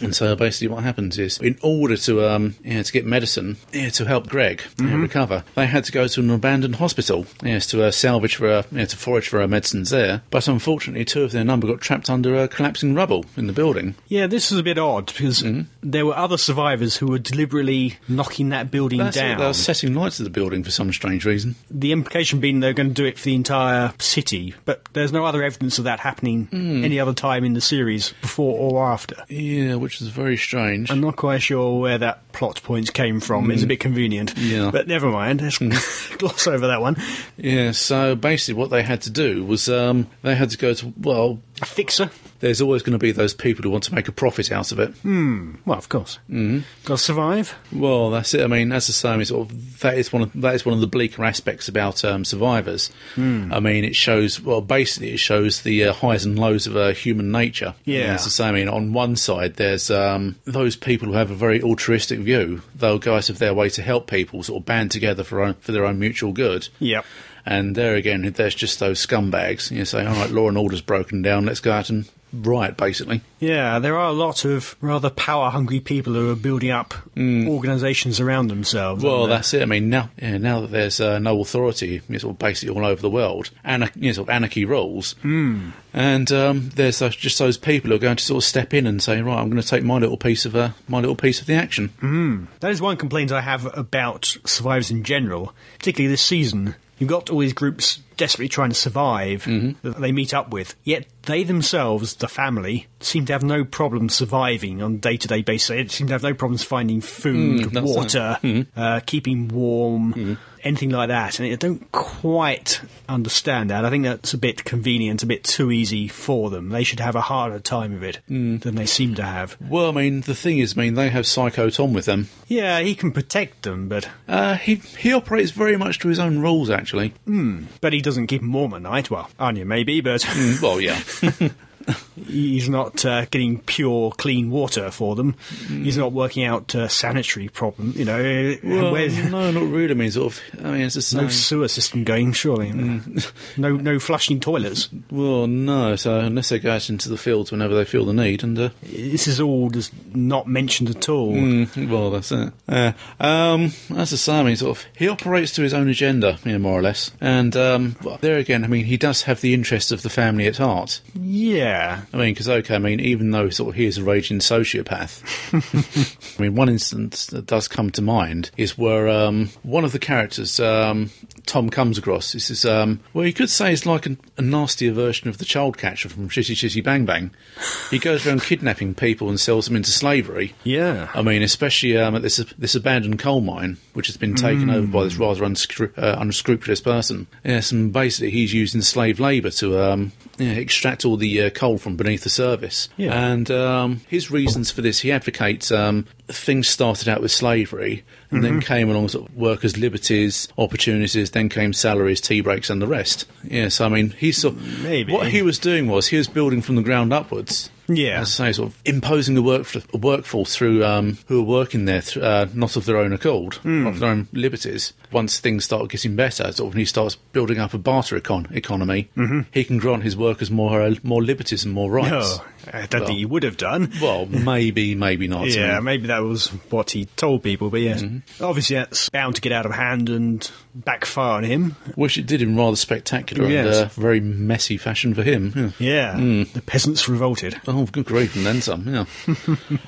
and so basically, what happens is, in order to um, yeah, to get medicine yeah, to help Greg yeah, recover, they had to go to an abandoned hospital yes to uh, salvage for uh, yeah, to forage for her medicines there. But unfortunately, two of their number got trapped under uh, collapsing rubble in the building.
Yeah, this is a bit odd because
Mm.
there were other survivors who were deliberately knocking that building
That's it,
down.
they were setting lights to the building for some strange reason.
The implication being they're going to do it for the entire city, but there's no other evidence of that happening
Mm.
any other time in the series, before or after.
Yeah, which is very strange.
I'm not quite sure where that plot point came from. It's a bit convenient.
Mm. Yeah. Mm.
But never mind. Let's (laughs) gloss over that one.
Yeah, so basically what they had to do was um, they had to go to, well,
A fixer?
there's always going to be those people who want to make a profit out of it.
Well, of course. Mm. Got to survive.
Well, that's it. I mean, as the same, it's sort of, that is one of that is one of the bleaker aspects about um, survivors. I mean, it shows well, basically, it shows the uh, highs and lows of uh, human nature.
Yeah.
And it's the same. I mean, on one side, there's um, those people who have a very altruistic view. They'll go out of their way to help people, sort of band together for own, for their own mutual good.
Yep.
And there again, there's just those scumbags. You say, all right, law and order's broken down. Let's go out and riot, basically.
Yeah, there are a lot of rather power hungry people who are building up organisations around themselves.
Well,
aren't there?
that's it. I mean, now yeah, now that there's uh, no authority, it's all basically all over the world, and you know, sort of anarchy rules. Mm. And um, there's those, just those people who are going to sort of step in and say, right, I'm going to take my little piece of uh, my little piece of the action.
that is one complaint I have about survivors in general, particularly this season. You've got all these groups desperately trying to survive that they meet up with, yet they themselves, the family, seem to have no problem surviving on a day to day basis. They seem to have no problems finding food,
that's
water, uh, keeping warm. Anything like that, and I don't quite understand that. I think that's a bit convenient, a bit too easy for them. They should have a harder time of it than they seem to have.
Well, I mean, the thing is, I mean, they have Psycho Tom with them.
Yeah, he can protect them, but
Uh, he he operates very much to his own rules, actually.
But he doesn't keep him warm at night. Well, Anya maybe, but (laughs)
Well, (laughs) yeah.
he's not uh, getting pure, clean water for them. He's not working out uh, sanitary problem. You know, uh,
well,
where's
no, not really. I mean, sort of. I mean, it's just
no
no.
sewer system going? Surely,
Mm.
(laughs) no, no flushing toilets.
Well, no. So unless they go out into the fields whenever they feel the need, and uh,
This is all just not mentioned at all.
Mm, well, that's it. Uh, um, that's the same. He sort of he operates to his own agenda, you know, more or less. And um, well, there again, I mean, he does have the interests of the family at heart.
Yeah,
I mean, because okay, I mean, even though sort of he is a raging sociopath, I mean, one instance that does come to mind is where um, one of the characters um, Tom comes across. This is um, well, you could say it's like an, a nastier version of the child catcher from Shitty Shitty Bang Bang. He goes around kidnapping people and sells them into slavery.
yeah.
I mean, especially um, at this this abandoned coal mine, which has been taken
Mm.
over by this rather unscru- uh, unscrupulous person. Yes, and basically he's using slave labour to um, yeah, extract all the uh, coal from beneath the surface.
Yeah.
And um, his reasons for this, he advocates um, things started out with slavery, and then
Mm-hmm.
came along sort of workers' liberties, opportunities, then came salaries, tea breaks, and the rest. Yes, I mean, he sort
Maybe.
what he was doing was he was building from the ground upwards.
Yeah.
As I say, sort of imposing a, work, a workforce through um, who are working there th- uh, not of their own accord,
Hmm.
of their own liberties. Once things start getting better, sort of when he starts
Mm-hmm.
building up a barter econ- economy, he can grant his workers more uh, more liberties and more rights.
Oh, I don't think he would have done. (laughs)
Well, maybe, maybe not. I
yeah,
mean,
maybe that was what he told people, but yes.
Mm-hmm.
Obviously, that's bound to get out of hand and backfire on him.
which it did in rather spectacular
Yes.
and uh, very messy fashion for him. Yeah.
Yeah.
Mm.
The peasants revolted.
Oh, good grief, and then some.
(laughs)
Yeah.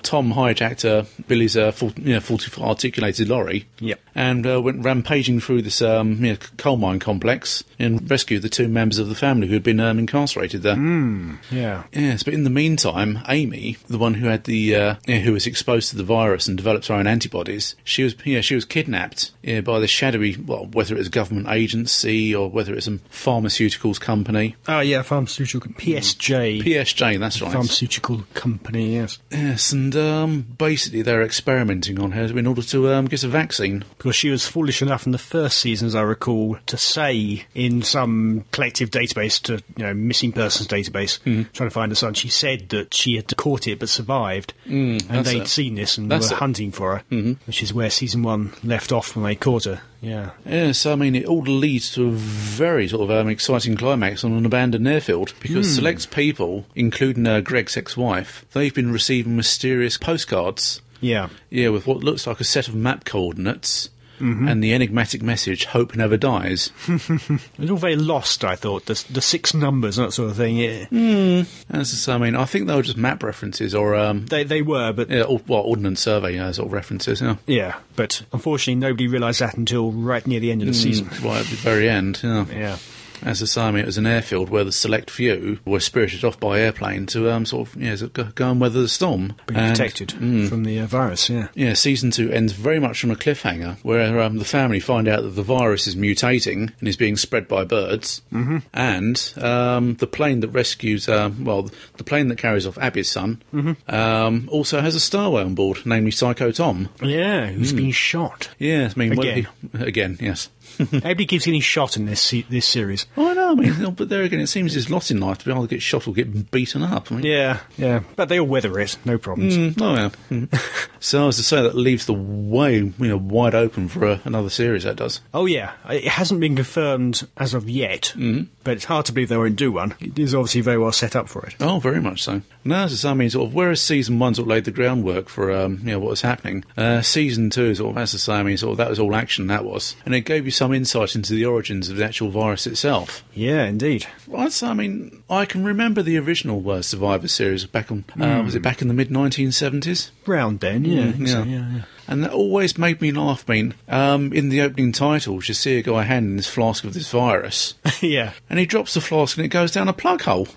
Tom hijacked uh, Billy's uh, full, you know, faulty articulated lorry.
Yep.
And uh, went rampaging through this um, you know, coal mine complex and rescued the two members of the family who had been um, incarcerated there.
Hmm. Yeah.
Yes, but in the meantime, Amy, the one who had the uh, yeah, who was exposed to the virus and developed her own antibodies, she was yeah, she was kidnapped yeah, by the shadowy well, whether it was a government agency or whether it's some pharmaceuticals company,
Oh, yeah, pharmaceutical. PSJ.
PSJ. That's right.
pharmaceutical company, yes.
yes, and um, basically they're experimenting on her in order to um, get a vaccine.
Because she was foolish enough in the first season, as I recall, to say in some collective database to, you know, missing persons database,
Mm-hmm.
trying to find her son, she said that she had caught it but survived. Mm, and
that's
they'd
it.
seen this and
That's Mm-hmm.
were
it.
hunting for her, which is where season one left off when they caught her. Yeah.
Yes, I mean, it all leads to a very sort of um, exciting climax on an abandoned airfield because select people, including uh, Greg's ex wife, they've been receiving mysterious postcards.
Yeah.
Yeah, with what looks like a set of map coordinates and the enigmatic message, Hope Never Dies.
It was all very lost, I thought. The, the six numbers and that sort of thing. Yeah.
Mm. That's just, I mean, I think they were just map references or, um,
They, they were, but
yeah, or well, Ordnance Survey uh, sort of references. Yeah.
yeah. But unfortunately, nobody realised that until right near the end of
Mm.
the season.
Right at the very end, yeah.
Yeah.
As I say, I mean, it was an airfield where the select few were spirited off by airplane to um, sort of yeah, so go, go and weather the storm.
Being
And-
protected from the uh, virus, yeah.
Yeah, season two ends very much on a cliffhanger where um, the family find out that the virus is mutating and is being spread by birds. Mm-hmm. And um, the plane that rescues, um, well, the plane that carries off Abby's son
Mm-hmm.
um, also has a starway on board, namely Psycho Tom.
Yeah, who's been shot.
Yes, I mean, whether
Again.
he- again, yes.
Nobody keeps getting shot in this se- this series.
I know, I mean, (laughs) no, but there again, it seems his lot in life to be either get shot or get beaten up. I mean,
Yeah, yeah. But they all weather it, no problems.
Mm, (laughs) oh, yeah. Mm. so, as to say, that leaves the way you know, wide open for uh, another series, that does.
Oh, yeah. It hasn't been confirmed as of yet, but it's hard to believe they won't do one. It is obviously very well set up for it.
Oh, very much so. Now, as I say, I mean, sort of, whereas season one sort of laid the groundwork for um, you know what was happening, uh, season two sort of, as I say, I mean, sort of that was all action that was, and it gave you some insight into the origins of the actual virus itself.
Yeah, indeed.
Well, I'd say, I mean, I can remember the original uh, Survivor series back on uh, was it back in the mid 1970s?
Round then, yeah. I think so, Mm, yeah, yeah.
Mm-hmm. And that always made me laugh. I mean, um, in the opening titles, you see a guy handing this flask of this
(laughs)
virus,
(laughs) yeah.
and he drops the flask and it goes down a plug hole.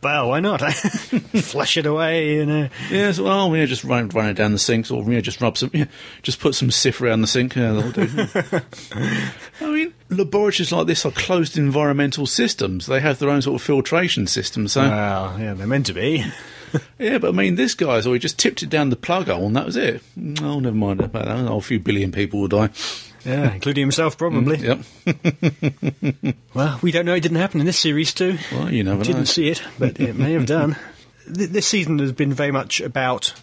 Well, why not? (laughs) Flush it away, you know.
Yeah, so, well, yeah, just run, run it down the sinks, or yeah, just rub some, yeah, just put some sif around the sink. Yeah, that'll
(laughs)
do. I mean, laboratories like this are closed environmental systems. They have their own sort of filtration system. So
Uh. Well, yeah, they're meant to be.
yeah, but I mean, this guy's or he just tipped it down the plug hole, and that was it. Oh, never mind about that. Oh, a few billion people will die.
Yeah, including himself, probably.
Yep.
Well, we don't know. It didn't happen in this series, too.
Well, you never know.
Didn't see it, but it may
(laughs)
have done. Th- This season has been very much about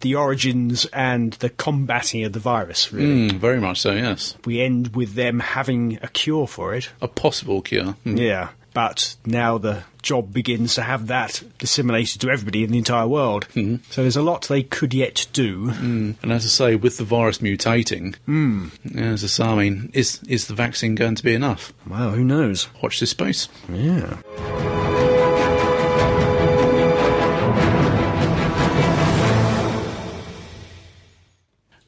the origins and the combating of the virus, really.
Mm, very much so. Yes,
We end with them having a cure for it.
a possible cure. Mm.
Yeah. But now the job begins to have that disseminated to everybody in the entire world.
Hmm.
mm So there's a lot they could yet do.
And as I say, with the virus mutating, yeah, as I say, I mean, is is the vaccine going to be enough?
Well, who knows?
Watch this space.
Yeah.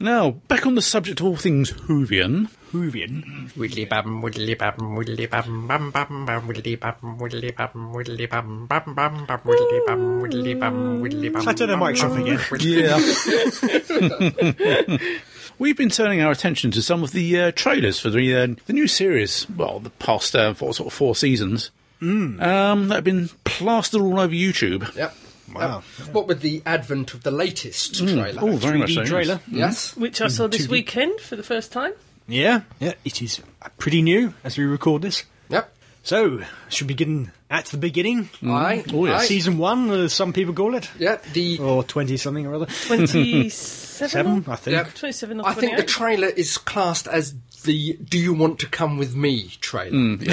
Now, back on the subject of all things Hoovian.
Hoovian.
Widdly bum, widdly bum, widdly bum, bum bum bum, widdly bum, widdly bum, widdly bum, bum bum bum, widdly bum, widdly bum, widdly bum.
I turn the mics off again.
Yeah. (laughs) We've been turning our attention to some of the uh, trailers for the uh, the new series, well, the past uh, four, sort of four seasons,
Mm.
um, that have been plastered all over YouTube.
Yep. Wow. What with the advent of the latest trailer?
Oh, very much so.
3D
yes.
trailer.
Yes.
Which I saw this weekend for the first time.
Yeah. Yeah. It is pretty new as we record this.
Yep.
So, should we begin That's the beginning.
Aye.
Oh, yes.
aye.
Season one, as some people call it.
Yeah, the
Or 20 something or other.
27?
Seven, I think.
yeah.
27 or
I think the
28.
trailer is classed as the "Do you want to come with me?" trailer.
Hmm.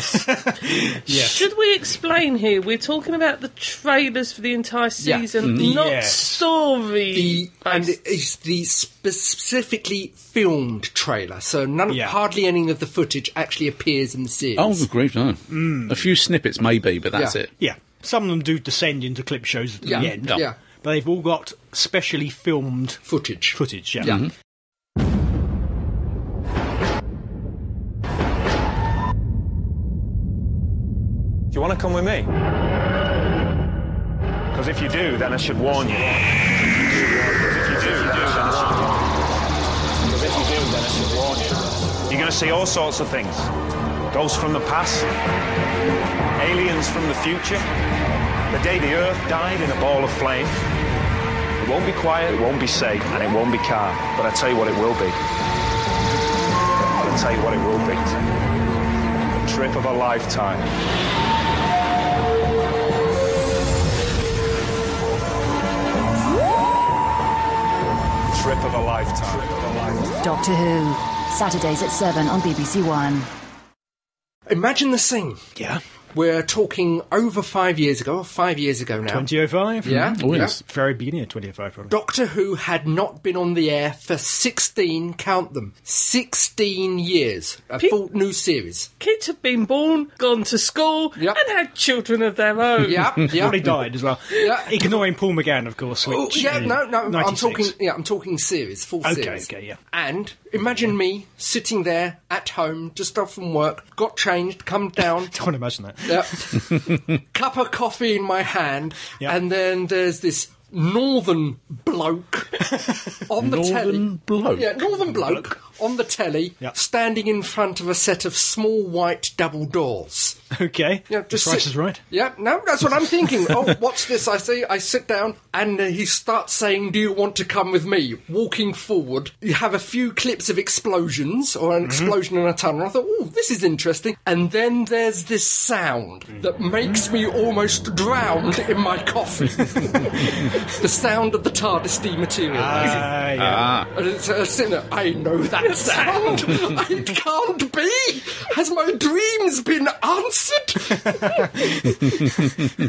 Should we explain here? We're talking about the trailers for the entire
Yeah. Mm-hmm.
season, not
Yes.
story.
the and
based.
it's the specifically filmed trailer, so none,
Yeah.
hardly any of the footage actually appears in the series.
Oh, good grief, no. A few snippets, maybe, but that's
Mm. Yeah.
it.
Yeah. Some of them do descend into clip shows at
Yeah,
the end.
yeah.
But they've all got specially filmed
footage.
footage. Yeah.
Yeah.
Do you want to come with me? Because if you do, then I should warn you. Because if you do, then I should warn you. Because if you do, then I should warn you. You're going to see all sorts of things ghosts from the past, aliens from the future, the day the Earth died in a ball of flame. It won't be quiet, it won't be safe, and it won't be calm. But I tell you what it will be. I'll tell you what it will be. A trip of a lifetime. Trip of a lifetime. Trip of a lifetime.
Doctor Who. Saturdays at 7 on BBC One.
Imagine the scene.
Yeah.
We're talking over five years ago, or five years ago now.
2005?
Yeah,
Oh,
yeah.
yes.
Very beginning of 2005, probably.
Doctor Who had not been on the air for 16, count them, 16 years. A
Pe-
full new series.
Kids have been born, gone to school,
Yep.
and had children of their own.
Yeah,
(laughs)
yeah.
Probably died as well.
Yeah.
Ignoring Paul McGann, of course.
Oh,
which,
yeah,
uh,
no, no, I'm
96.
talking, yeah, I'm talking series, full
Okay,
series.
okay, yeah.
And imagine me sitting there at home, just off from work, got changed,
(laughs)
come down,
Can't imagine that.
Yeah. Cup of coffee in my hand,
Yeah.
and then there's this northern
(laughs)
bloke on the telly.
Northern bloke.
Yeah, northern bloke on the telly,
Yeah.
standing in front of a set of small white double doors.
Okay.
Yeah, just
the price
sit-
is right.
Yeah, no, that's what I'm thinking.
(laughs)
oh, what's this? I see. I sit down, and uh, he starts saying, "Do you want to come with me?" Walking forward, you have a few clips of explosions or
Mm-hmm.
an explosion in a tunnel. I thought, "Oh, this is interesting." And then there's this sound that makes me almost drowned in my
(laughs)
coffee. the sound of the TARDIS dematerialising.
Ah, yeah.
And it's a sinner. I know that sound. (laughs) it can't be. Has my dreams been
(laughs)
answered?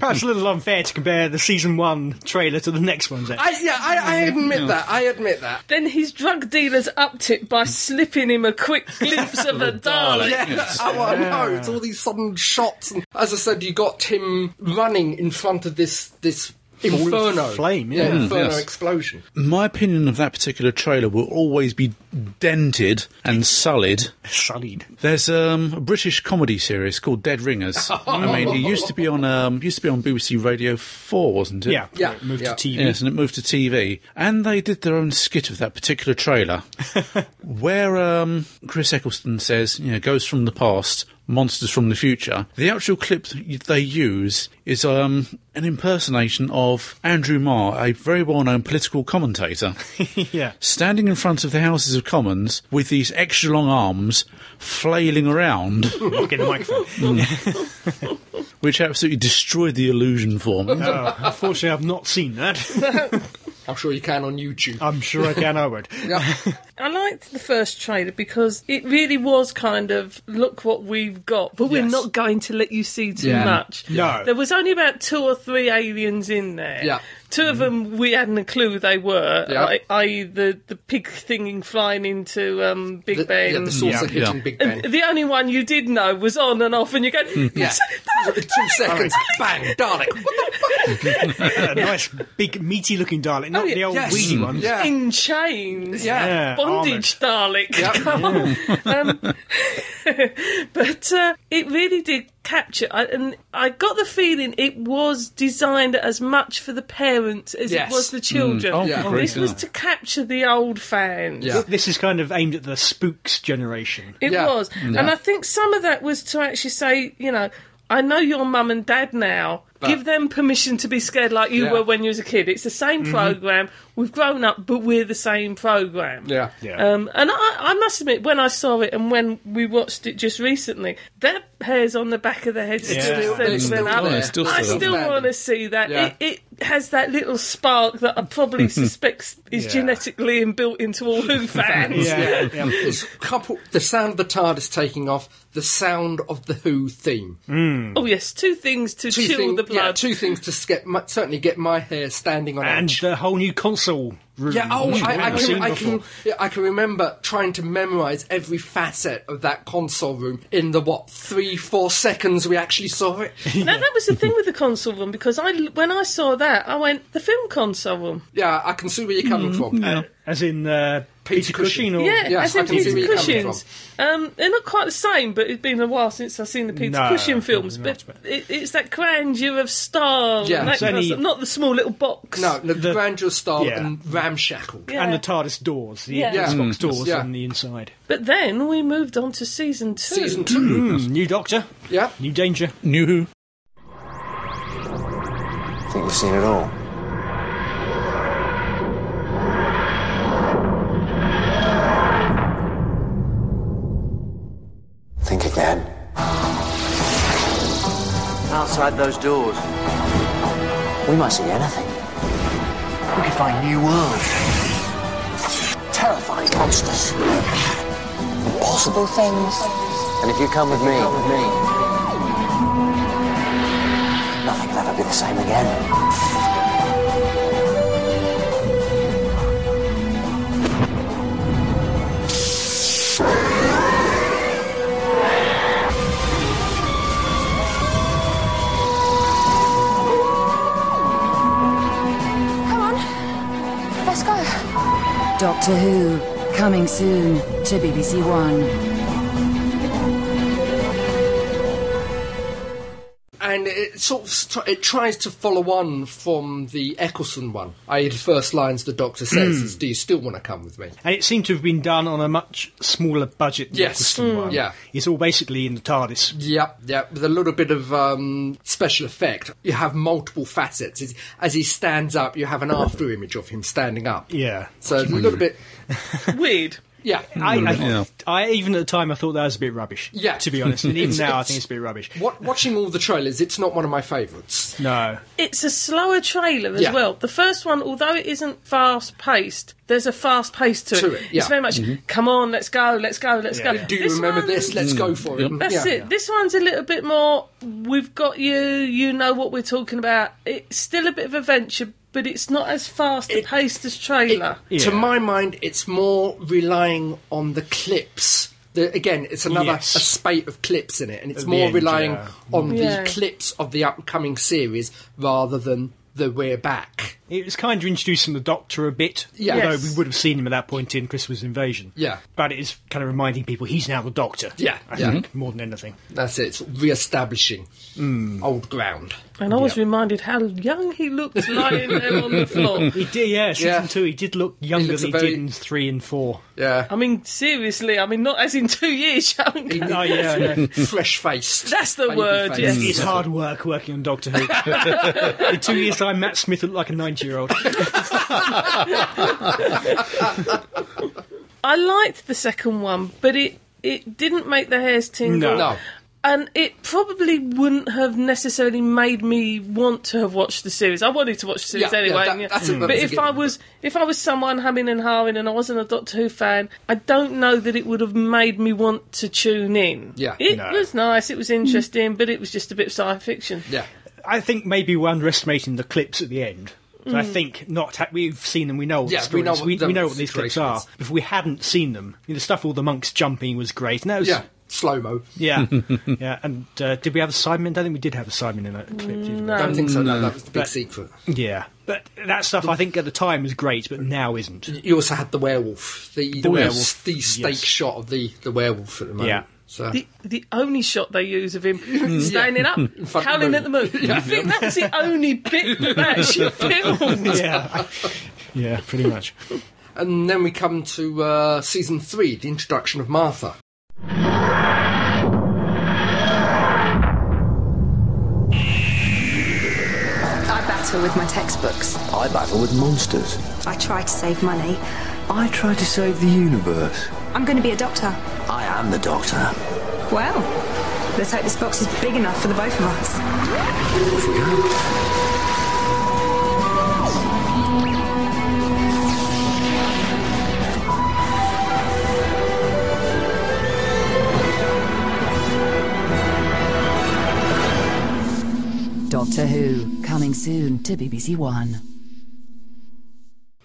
Perhaps a little unfair to compare the season one trailer to the next one's. actually.
I, yeah, I, I admit that. I admit that.
Then his drug dealers upped it by slipping him a quick
(laughs)
glimpse of a Dalek.
Yeah, (laughs) oh, I know. It's all these sudden shots. And as I said, you got him running in front of this this
of
inferno
flame, yeah. Mm,
inferno
yes.
explosion.
My opinion of that particular trailer will always be dented and sullied.
Sullied.
There's um, a British comedy series called Dead Ringers. I mean, it used to be on um, used to be on BBC Radio Four, wasn't it?
Yeah.
Yeah,
Moved
yeah.
to TV.
Yes, and it moved to TV. And they did their own skit of that particular (laughs) trailer, where um, Chris Eccleston says, you know, goes from the past, monsters from the future. The actual clip th- they use is um, an impersonation of Andrew Marr, a very well known political (laughs) commentator,
Yeah.
standing in front of the Houses of Commons with these extra long arms flailing (laughs) around,
Look at the microphone.
which absolutely destroyed the illusion for me.
Oh, unfortunately, I've not seen that.
I'm sure you can on YouTube.
I'm sure I can. I would. (laughs)
I liked the first trailer because it really was kind of look what we've got, but we're
Yes.
not going to let you see too
(laughs) Yeah.
much.
(laughs)
No.
There was only about two or three aliens in there.
Yeah.
Two of them we hadn't a clue who they were,
Yeah.
i- i.e., the, the pig thinging flying into um, Big
The,
Ben.
yeah, the saucer
Yeah.
hitting
Yeah.
Big
And
Ben. Hmm.
the only one you did know was on and off, and you go,
Yeah,
(laughs)
two seconds, bang, Dalek. What the
a nice, big, meaty-looking Dalek, not
yeah,
the old
Oh, yes. Mm,
weedy one.
Yeah.
in chains.
Yeah.
Yeah,
bondage Dalek. (laughs)
Yep.
Come on. um, (laughs) but uh, it really did capture, I, and I got the feeling it was designed as much for the parents as
Yes.
it was the children.
Oh,
Yeah.
great,
This was
yeah.
to capture the old fans.
Yeah.
Armoured. This is kind of aimed at the spooks generation.
It
Yeah.
was. And I think some of that was to actually say, you know, I know your mum and dad now. Give them permission to be scared like you
Yeah. Mm-hmm.
were when you was a kid. It's the same program. we've grown up, but we're the same program.
Yeah.
Um, and I, I must admit, when I saw it and when we watched it just recently, their hairs on the back of their heads
It's
just
still-
thinning
it's still
up.
there. Yeah, still
I
still
still
there.
want to see that.
Yeah.
It, it has that little spark that
(laughs)
I probably suspect is
Yeah.
genetically inbuilt into all
(laughs)
Who fans.
yeah, yeah. It's Mm. couple the sound of the TARDIS taking off, the sound of the Who theme.
Oh yes, two things to
Two
chill
thing-
the
yeah,
blood.
two things to get my, certainly get my hair standing on
And
edge.
the whole new console room.
Yeah, oh,
which we
I, I,
haven't
can,
seen
I,
before.
can, yeah, I can remember trying to memorise every facet of that console room in the, what, three, four seconds we actually
(laughs)
saw it?
Now that was the thing with the console room because I, when I saw that, I went the film console room.
Yeah, I can see where you're coming from.
Uh, as in uh, Peter, Cushing, or
yeah, as in Peter
you're coming
Cushing's. Um, they're not quite the same, but it's been a while since I've seen the Peter
No,
Cushing films. But it, it's that grandeur of style,
Yeah.
and that
It's
kind of
only-
stuff, not the small little box.
No, the, grandeur style
yeah.
and ramshackle.
Yeah.
and the TARDIS doors, the
Yeah. Yeah.
Xbox
Mm.
doors
Yeah.
on the inside.
But then we moved on to season two.
Season two.
Mm, new Doctor,
Yeah.
new danger.
New Who.
I think we've seen it all. Think again. Outside those doors. We might see anything. We could find new worlds. Terrifying monsters. Impossible things. And if you come with me, nothing will ever be the same again.
Come on. Let's go.
Doctor Who, coming soon to BBC One.
And it sort of st- it tries to follow on from the Eccleston one. I the first lines the Doctor says is, "Do you still want to come with me?"
And it seemed to have been done on a much smaller budget than
Yes.
Eccleston
Mm.
one.
Yeah.
It's all basically in the TARDIS.
Yep, yep. With a little bit of um, special effect, you have multiple facets. It's- As he stands up, you have an after image of him standing up.
Yeah.
So it's a little bit,
Weird.
yeah.
I, I,
Yeah.
I even at the time I thought that was a bit rubbish.
Yeah.
To be honest, and even
(laughs) It's-
now I
it's-
think it's a bit rubbish.
What, watching all the trailers, it's not one of my favourites.
No.
It's a slower trailer as
Yeah.
well. The first one, although it isn't fast paced, there's a fast pace to,
To it, yeah. Mm-hmm.
It's very much, come on, let's go, let's go, let's go.
Do you remember this? Let's go
Mm,
for it.
That's
Yeah.
it. This one's a little bit more. We've got you. You know what we're talking about. It's still a bit of adventure, but it's not as fast a paced as trailer.
It- To my mind, it's more relying on the clips. The, again, it's another
Yes.
a spate of clips in it, and it's
At the
more
end,
relying
yeah.
on
Yeah.
the clips of the upcoming series rather than the we're back.
It was kind of introducing the Doctor a bit,
Yeah.
although
Yes.
we would have seen him at that point in Christmas Invasion.
Yeah.
But it is kind of reminding people he's now the Doctor.
Yeah,
I
yeah.
think, more than anything.
That's it. It's re-establishing old ground.
And I was reminded how young he looked lying there on the floor.
He did, yeah, season
Yeah.
two, he did look younger
looks
than he
very-
did in three and four.
Yeah, (laughs)
I mean, seriously. I mean, not as in two years (laughs) young.
Oh, yeah, yeah.
(laughs) fresh faced.
That's the word, yes.
It's hard work working on Doctor Who.
(laughs)
in two years' time, Matt Smith looked like a 90 year old.
I liked the second one, but it it didn't make the hairs tingle.
No.
No.
And it probably wouldn't have necessarily made me want to have watched the series. I wanted to watch the series
Yeah, yeah,
anyway.
that-
and yeah. Mm.
that's a-
but
that's a
if
good
I
one.
was if I was someone humming and hawing and I wasn't a Doctor Who fan, I don't know that it would have made me want to tune in.
Yeah,
it
no.
was nice, it was interesting, but it was just a bit of science fiction.
Yeah.
I think maybe we're underestimating the clips at the end. So I think not. Ha- we've seen them. We know. All
Mm. Yeah,
the
we know
stories,
what
We,
the
we know what these clips
situation
are.
is.
If we hadn't seen them, you know, the stuff all the monks jumping was great. And that was
Yeah. Slow mo. (laughs)
Yeah, yeah. And uh, did we have a Simon? I think we did have a Simon in that clip. didn't we?
I don't think so. No, that was the big secret.
Yeah, but that stuff I think at the time was great, but now isn't.
You also had the werewolf, the, the
werewolf,
the stake
yes.
shot of the, the werewolf at the moment.
Yeah.
So
The, the only shot they use of
(laughs)
him standing up,
front of
howling
the
at the moon. You think that was the only bit that
(laughs)
that should film?
Yeah, yeah, pretty much.
And then we come to uh, season three, the introduction of Martha.
I bet. battle with my textbooks.
I battle with monsters.
I try to save money.
I try to save the universe.
I'm going to be a doctor.
I am the Doctor.
Well, let's hope this box is big enough for the both of us.
Off we go.
Doctor Who, coming soon to BBC One.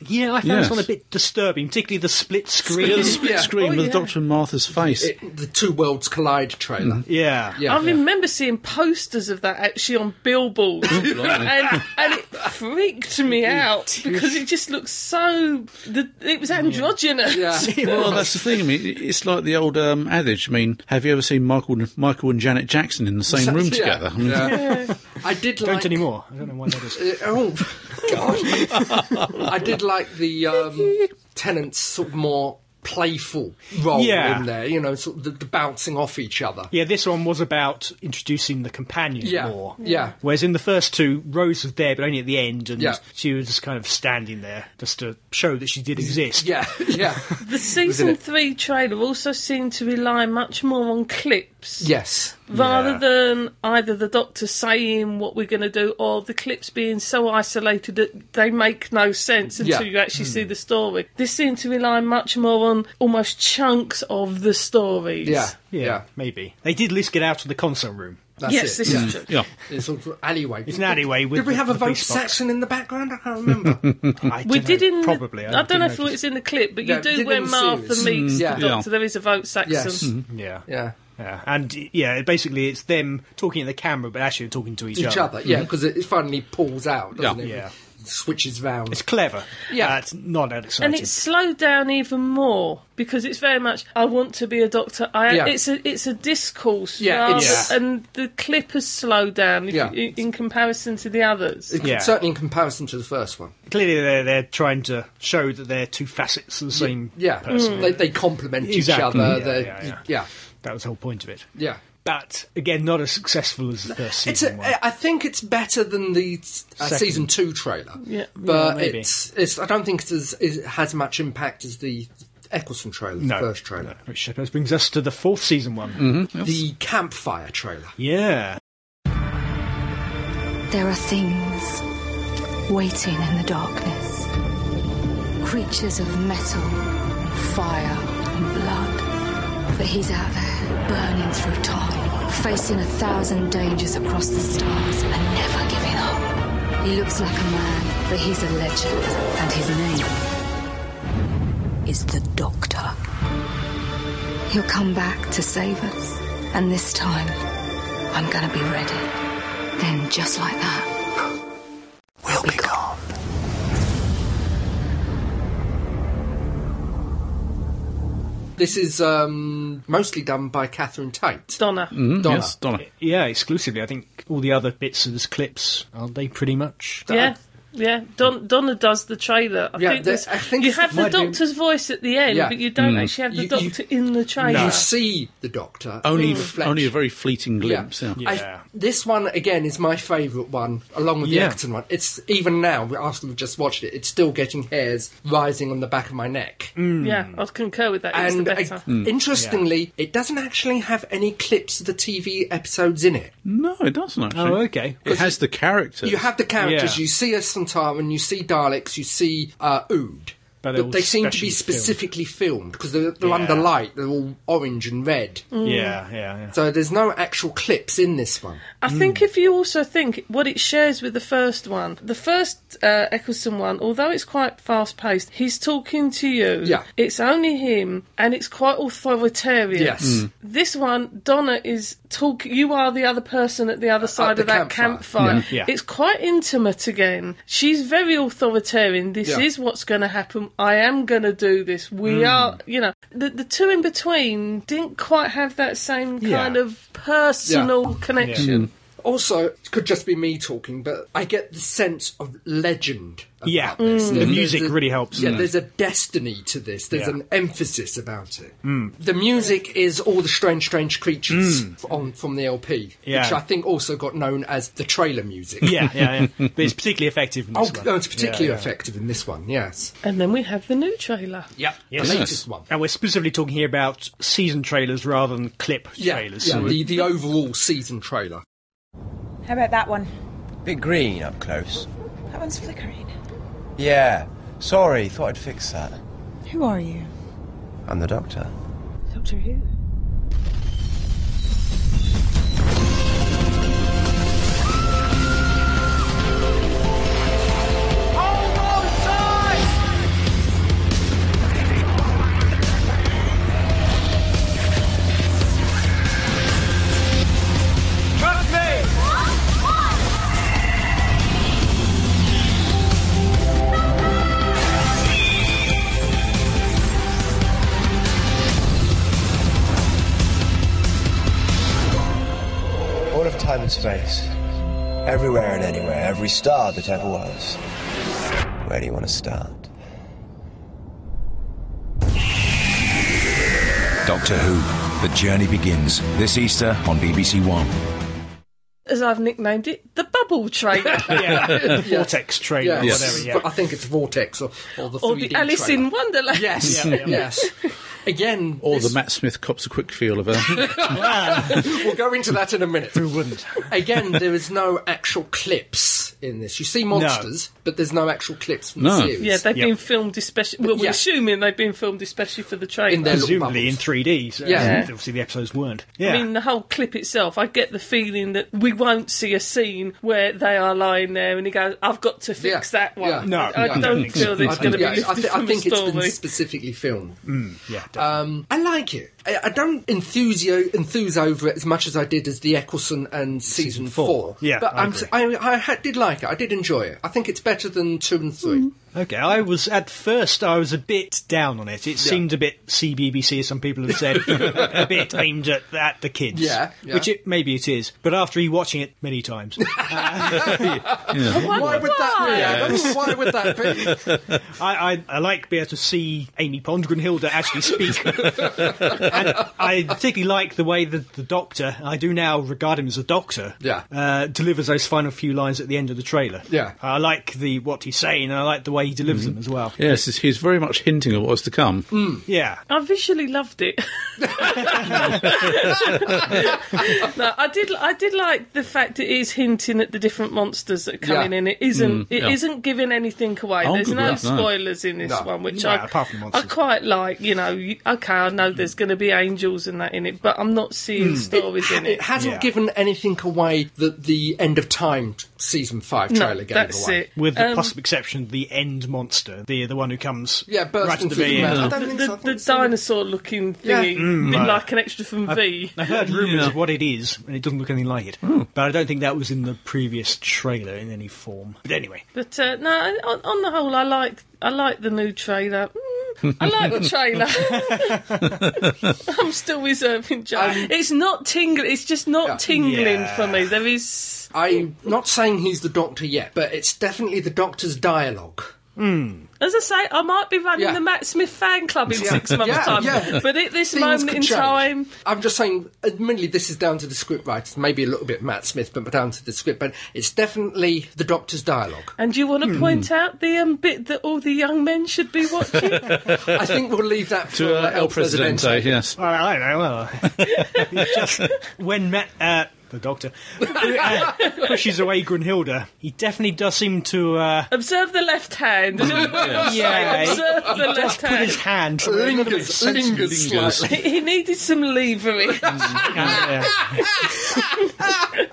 Yeah, I found
Yes.
this one a bit disturbing, particularly the split screen.
Yeah, the split screen with the Doctor and Martha's face.
the two worlds collide trailer.
Hmm. Yeah.
I remember seeing posters of that actually on billboards, (laughs) and, and it freaked me out because it just looked so. The, it was androgynous.
well, that's the thing. I mean, it's like the old um, adage. I mean, have you ever seen Michael, Michael and Janet Jackson in the same room
(laughs) Yeah.
together? I mean,
Yeah. I did
Don't
like
anymore. I don't know why that is.
Uh, oh god! I did like the um, tenants sort of more playful role
Yeah.
in there. You know, sort of the, the bouncing off each other.
Yeah, this one was about introducing the companion
Yeah,
more.
yeah.
Whereas in the first two, Rose was there, but only at the end, and
Yeah.
she was just kind of standing there just to show that she did exist. (laughs)
Yeah, yeah,
(laughs) The season three trailer also seemed to rely much more on clips
yes.
rather
Yeah.
than either the doctor saying what we're going to do or the clips being so isolated that they make no sense until
Yeah. Mm.
you actually see the story. This seemed to rely much more on almost chunks of the stories.
Yeah,
Yeah,
yeah.
maybe. They did at least get out of the console room.
That's
yes,
it. Mm.
this
yeah.
is true.
yeah.
It's sort of alleyway.
It's an alleyway with
Did we
the-
have a
the
vote
police box.
section in the background? I can't remember.
(laughs) I
We
dunno,
did in the-
probably.
I, don't know if
didn't
it's in the clip, but you
Yeah, did
do
in
when
the
Martha
series.
meets
Mm, Yeah.
the
Yeah.
Doctor. There is a vote Saxon.
Yes.
notice. Yeah.
yeah.
Yeah, and yeah, basically it's them talking at the camera, but actually talking to each, Mm-hmm.
Each other, yeah, because it finally pulls out, doesn't
Yeah.
it?
Yeah.
Switches round.
It's clever.
Yeah.
Uh, it's not that exciting.
and it's slowed down even more because it's very much I want to be a doctor. I,
Yeah.
It's a it's a discourse,
Yeah,
rather-
it's-
and the clip has slowed down if,
Yeah.
in, in comparison to the others.
It-
Yeah.
Certainly in comparison to the first one.
Clearly, they're, they're trying to show that they're two facets of the same.
Yeah, Mm. they, they complement
Exactly.
each other.
Yeah,
they're-
yeah, yeah.
yeah.
That was the whole point of it.
yeah.
But again, not as successful as the first
It's
season.
a,
one.
I think it's better than the uh,
Second.
season two trailer.
Yeah.
Yeah,
but
maybe.
it's, it's I don't think it's as, it has much impact as the Eccleston trailer, the first trailer, Mm.
Which I suppose brings us to the fourth season one.
the campfire trailer.
Yeah.
There are things waiting in the darkness. Creatures of metal, fire, and blood. But he's out there, burning through time, facing a thousand dangers across the stars and never giving up. He looks like a man, but he's a legend, and his name is the Doctor. He'll come back to save us, and this time, I'm gonna be ready. Then, just like that,
We'll be gone.
This is um, mostly done by Catherine Tate.
Donna,
Donna.
hmm, Yes, Donna.
Yeah, exclusively. I think all the other bits of this clips are they pretty much.
yeah. Yeah, Don, Donna does the trailer. I
Yeah,
think,
the-
there's-
I think
you
it's-
have the
might be-
doctor's voice at the end,
Yeah.
but you don't actually have the
You- you-
doctor in the trailer.
You see the Doctor
Only,
in the flesh.
only a very fleeting glimpse. Yeah.
I-
Yeah.
this one again is my favourite one, along with the
Yeah.
Eccleston one. It's even now, after we've just watched it, it's still getting hairs rising on the back of my neck.
Yeah, I concur with that. it's the
And uh,
better.
Hmm.
interestingly, it doesn't actually have any clips of the TV episodes in it.
No, it doesn't actually.
Oh, okay.
It has the characters.
You have the characters,
Yeah.
you see Santaran, you see Daleks, you see uh, Ood.
But
But
they're
they,
all
seem to be
specially filmed.
specifically filmed because they're, they're
Yeah.
under light, they're all orange and red.
Yeah, yeah, yeah.
So there's no actual clips in this one.
I think if you also think what it shares with the first one, the first uh, Eccleston one, although it's quite fast paced, he's talking to you.
Yeah.
It's only him, and it's quite authoritarian.
Yes. Mm.
This one, Donna is talk. You are the other person at the other side
the
of that
campfire.
campfire.
Yeah. Yeah.
It's quite intimate again. She's very authoritarian. This
Yeah.
is what's going to happen. I am going to do this. We are, you know, the the two in between didn't quite have that same
Yeah.
kind of personal connection.
Also, it could just be me talking, but I get the sense of legend. about
Yeah.
this.
Mm. The
There's
music
a-
really helps.
Yeah,
Mm.
there's a destiny to this. There's
Yeah. Mm.
an emphasis about it. The music is all the strange, strange creatures f- on from the LP,
Yeah.
which I think also got known as the trailer music.
Yeah, yeah,
(laughs)
yeah. But it's particularly effective in
Oh,
this one.
no, it's particularly
Yeah, yeah.
effective in this one. Yes.
And then we have the new trailer.
Yeah.
Yes.
The latest one.
And we're specifically talking here about season trailers rather than clip
Yeah,
trailers.
yeah the, the overall season trailer.
How about that one?
Bit green up close.
That one's flickering.
Yeah. Sorry, thought I'd fix that.
Who are you?
I'm the doctor.
Doctor Who?
Cut me!
All of time and space. Everywhere and anywhere, every star that ever was. Where do you want to start?
Doctor Who. The journey begins this Easter on BBC One.
As I've nicknamed it, the bubble
(laughs)
trailer. (laughs)
Yeah, the Vortex trailer or
Yes.
whatever, yeah.
But I think it's Vortex or, or the
Or
3D
the Alice
trailer.
in Wonderland. (laughs)
Yes,
Yeah, yeah.
yes. Again,
Or
this-
the Matt Smith cops a quick feel of
(laughs)
her.
we'll go into that in a minute.
Who wouldn't?
Again, there is no actual clips in this. You see monsters, but there's no actual clips from the series.
Yeah, they've been filmed especially. Well, we're
yeah.
assuming they've been filmed especially for the trailer.
Presumably in 3D. So
Yeah.
Obviously the episodes weren't. Yeah.
I mean, the whole clip itself, I get the feeling that we won't see a scene where they are lying there and he goes, I've got to fix that one.
Yeah.
I, (laughs) I don't feel that it's going to be
Yeah,
lifted
I, thi-
from
I think
the
it's
story.
been specifically filmed.
yeah,
um, I like it. I, I don't enthusio, enthuse over it as much as I did as the Eccleston and season, four.
Yeah,
but
I
I'm, s- I, I ha- did like it. I did enjoy it. I think it's better than two and three.
Okay, I was at first I was a bit down on it. It seemed a bit CBBC, as some people have
(laughs)
said, a bit aimed at, at the kids.
Yeah, yeah.
which it maybe it is. But after watching it many
(laughs)
times,
Why, would that be? Adam? Why would that be?
I, I, I like being able to see Amy Pondgren Hilda actually
(laughs)
speak. and I particularly like the way that the Doctor, I do now regard him as a Doctor,
Yeah.
uh, delivers those final few lines at the end of the trailer.
Yeah. Mm-hmm.
I like the what he's saying, and I like the way he delivers them as well.
yes, he's- he's very much hinting at what's to come.
Mm.
Yeah.
I visually loved it. (laughs) no, I did. I did like the fact it is hinting at the different monsters that are coming
Yeah.
in. It isn't.
Mm,
it
yeah.
not giving anything away.
Oh,
there's
good
no
luck, no.
spoilers in this
No.
one, which
No,
I
apart from
I
monsters.
quite like. You know, you, okay, I know there's going to be angels and that in it, but I'm not seeing stories in it.
Mm. It hasn't given anything away that the End of Time t- season five
No,
trailer gave
that's
away.
it.
With the
Um,
possible exception of the end monster, the the one who comes
Yeah, bursting
right at the
through
very
the mouth.
end.
I
The,
don't think so. I
the dinosaur-looking
Yeah.
thingy,
Mm,
been
right.
like an extra from V.
I've heard rumours of what it is, and it doesn't look anything like it. But I don't think that was in the previous trailer in any form. But anyway,
But uh, no, on, on the whole, I like I like the new trailer. Mm, I like the trailer.
(laughs)
I'm still reserving Jack. it's not tingling. It's just not tingling
Um, Yeah.
for me. There is.
I'm not saying he's the Doctor yet, but it's definitely the Doctor's dialogue.
As I say, I might be running
Yeah.
the Matt Smith fan club in
Yeah.
six months'
Yeah,
time,
yeah.
but at this
Things
moment
could
in
change.
time,
I'm just saying, admittedly, this is down to the scriptwriters, maybe a little bit Matt Smith, but down to the script. But it's definitely the Doctor's dialogue.
and you
Hmm.
want to point out the um, bit that all the young men should be
(laughs)
watching.
I think we'll
(laughs)
leave that for
To uh,
El
El Presidente,
Presidente.
yes.
well, I don't know. Well, (laughs) it's just when Matt, uh, the Doctor, uh, pushes away Grunhilda, he definitely does seem to. Uh,
Observe the left
(laughs)
hand.
yeah,
Observe
he,
the
he does
left
put
hand.
his hand. to where it
Lingers,
doesn't make
lingers,
sense.
slightly.
He he needed some
(laughs)
levering.
Yeah,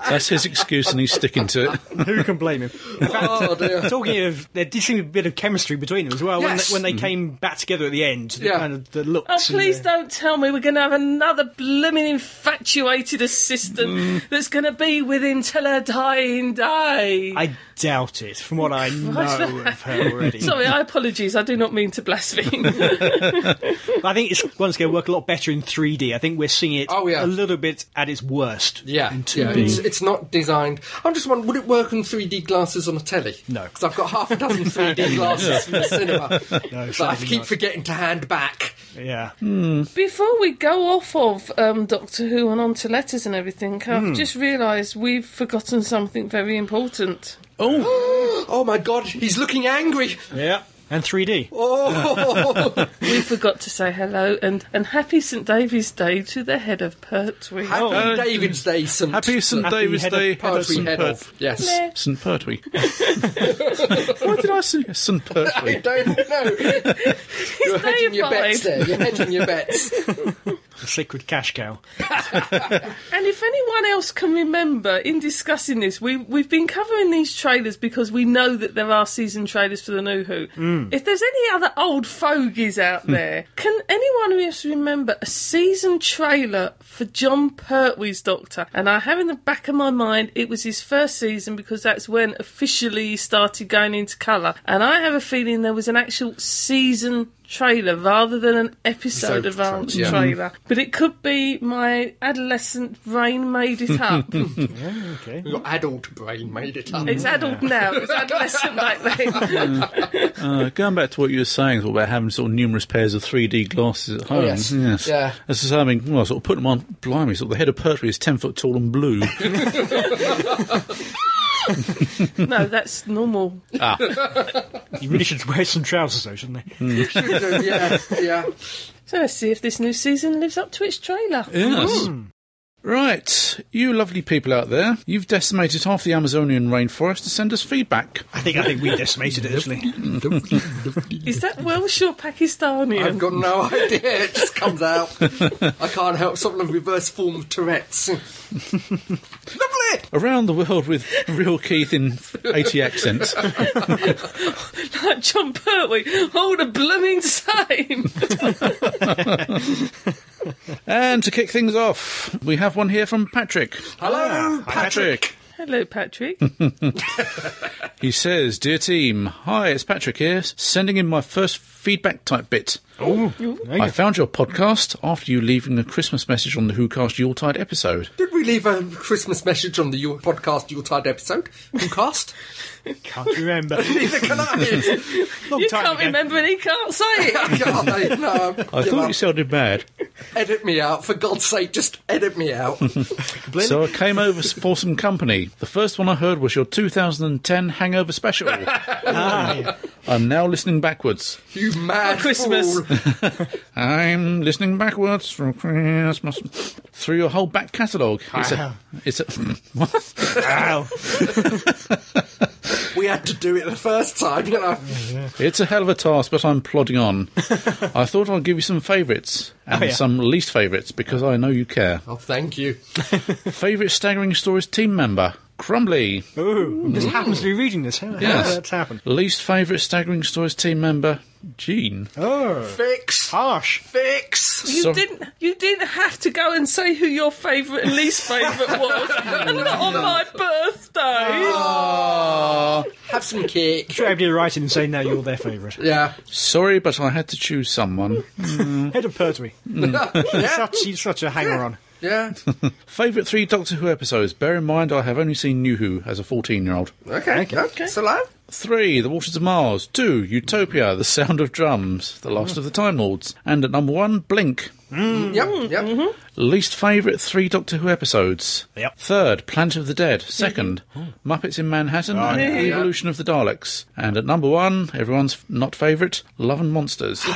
That's his excuse, and he's sticking
(laughs)
to it.
yeah. (laughs) Who can blame him? In fact,
Oh, dear.
Talking of, there did seem a bit of chemistry between them as well
Yes.
when they, when they came back together at the end. The
Yeah.
kind of the looks.
Mm-hmm. Oh,
and
please
the-
don't tell me we're going to have another blooming infatuated assistant that's going to be with him till her dying day.
I doubt it, from
(laughs)
what I know of her already.
Sorry, I apologise. I do not mean to blaspheme.
But I think it's once again work a lot better in 3D. I think we're seeing it a little bit at its worst.
Oh, Yeah,
in 2D.
yeah, it's, it's not designed. I'm just wondering, would it work on 3D glasses on a telly?
No,
because I've got half a
(laughs)
dozen 3D (laughs) glasses from the cinema
No,
that I
certainly
keep
not.
forgetting to hand back.
Yeah.
Before we go off of um, Doctor Who and onto letters and everything, I've
Hmm.
just realised we've forgotten something very important.
Oh, (gasps) oh my God, he's looking angry.
Yeah, and 3D. (laughs)
Oh,
we forgot to say hello and, and happy St David's Day to the head of Pertwee.
Happy
Uh,
David's Day, St.
Happy St.
Happy
David's
head of
Day, head of
Pertwee
St.
head
Pert-
of- yes.
S- St.
(laughs)
Pertwee. Why did I say St.
I
Pertwee?
don't know. You're hedging your bets there. You're hedging
(laughs)
your bets.
The sacred cash cow.
And if anyone else can remember, in discussing this, we, we've been covering these trailers because we know that there are season trailers for the New Who.
Mm. Hmm.
If there's any other old fogies out there, can anyone else remember a season trailer for John Pertwee's Doctor? And I have in the back of my mind it was his first season because that's when officially he started going into colour. And I have a feeling there was an actual season trailer rather than an episode
Episode
of our
trailer, yeah.
trailer. But it could be my adolescent brain made it up.
okay.
Your adult brain made it up.
it's adult now, it's adolescent back then.
Uh, going back to what you were saying about having sort of numerous pairs of 3D glasses at
Oh,
home.
yes. Yeah.
That's just, I mean, well, sort of putting them on, blimey, sort of the head of Pertwee is 10 foot tall and blue.
no, that's normal.
Ah.
You really should wear some trousers, though, shouldn't they?
yeah, yeah.
So let's see if this new season lives up to its trailer.
Yes.
Mm.
Right, you lovely people out there, you've decimated half the Amazonian rainforest to send us feedback.
I think I think we decimated it actually.
Is that Welsh or Pakistani?
I've got no (laughs) idea. It just comes out. I can't help. Something of reverse form of Tourette's.
Around the world with (laughs) real Keith in 80 accents.
Like John Pertwee, all the blooming same.
and to kick things off, we have one here from Patrick.
Hello,
Patrick.
Hello, Patrick.
He says, Dear team, hi, it's Patrick here, sending in my first feedback type bit.
Oh,
I found your podcast after you leaving a Christmas message on the WhoCast Yuletide episode.
Did we leave a Christmas message on the Yule- podcast Yuletide episode? Whocast?
Can't remember.
(laughs) Neither can I.
you can't remember and he can't say it.
(laughs) I can't. No,
I
give
thought
up.
you sounded bad,
Edit me out. For God's sake, just edit me out.
so I came over s- for some company. The first one I heard was your 2010 Hangover Special. I'm now listening backwards.
You mad
Christmas.
fool.
I'm listening backwards from Christmas through your whole back catalogue. It's a,
Wow.
it's a (laughs) what?
We had to do it the first time, you know.
It's a hell of a task, but I'm plodding
(laughs)
on. I thought I'd give you some favourites and
Oh, yeah.
some least favourites because I know you care.
Oh, thank you.
Favourite Staggering Stories team member, Crumbly.
Ooh, just happens to be reading this. How, how
Yes.
did that's happened?
Least favourite Staggering Stories team member, Gene.
Oh,
fix
harsh.
Fix.
You
So-
didn't. You didn't have to go and say who your favourite and least favourite was, and not on my birthday.
Have some cake.
Sure, I did right in saying now you're their favourite.
Yeah.
Sorry, but I had to choose
(laughs)
someone.
Head of Pertwee. Such, he's such a hanger on.
Yeah.
favourite three Doctor Who episodes. Bear in mind, I have only seen New Who as a 14 year old.
Okay. Okay. So live.
Three, The Waters of Mars. Two, Utopia, The Sound of Drums, The Last of the Time Lords. And at number one, Blink.
Yep. Yep.
Least favourite three Doctor Who episodes.
Yep.
Third, Planet of the Dead. Second, Muppets in Manhattan
Oh,
and
yeah.
Evolution of the Daleks. And at number one, everyone's f- not favourite, Love and (laughs) Monsters.
so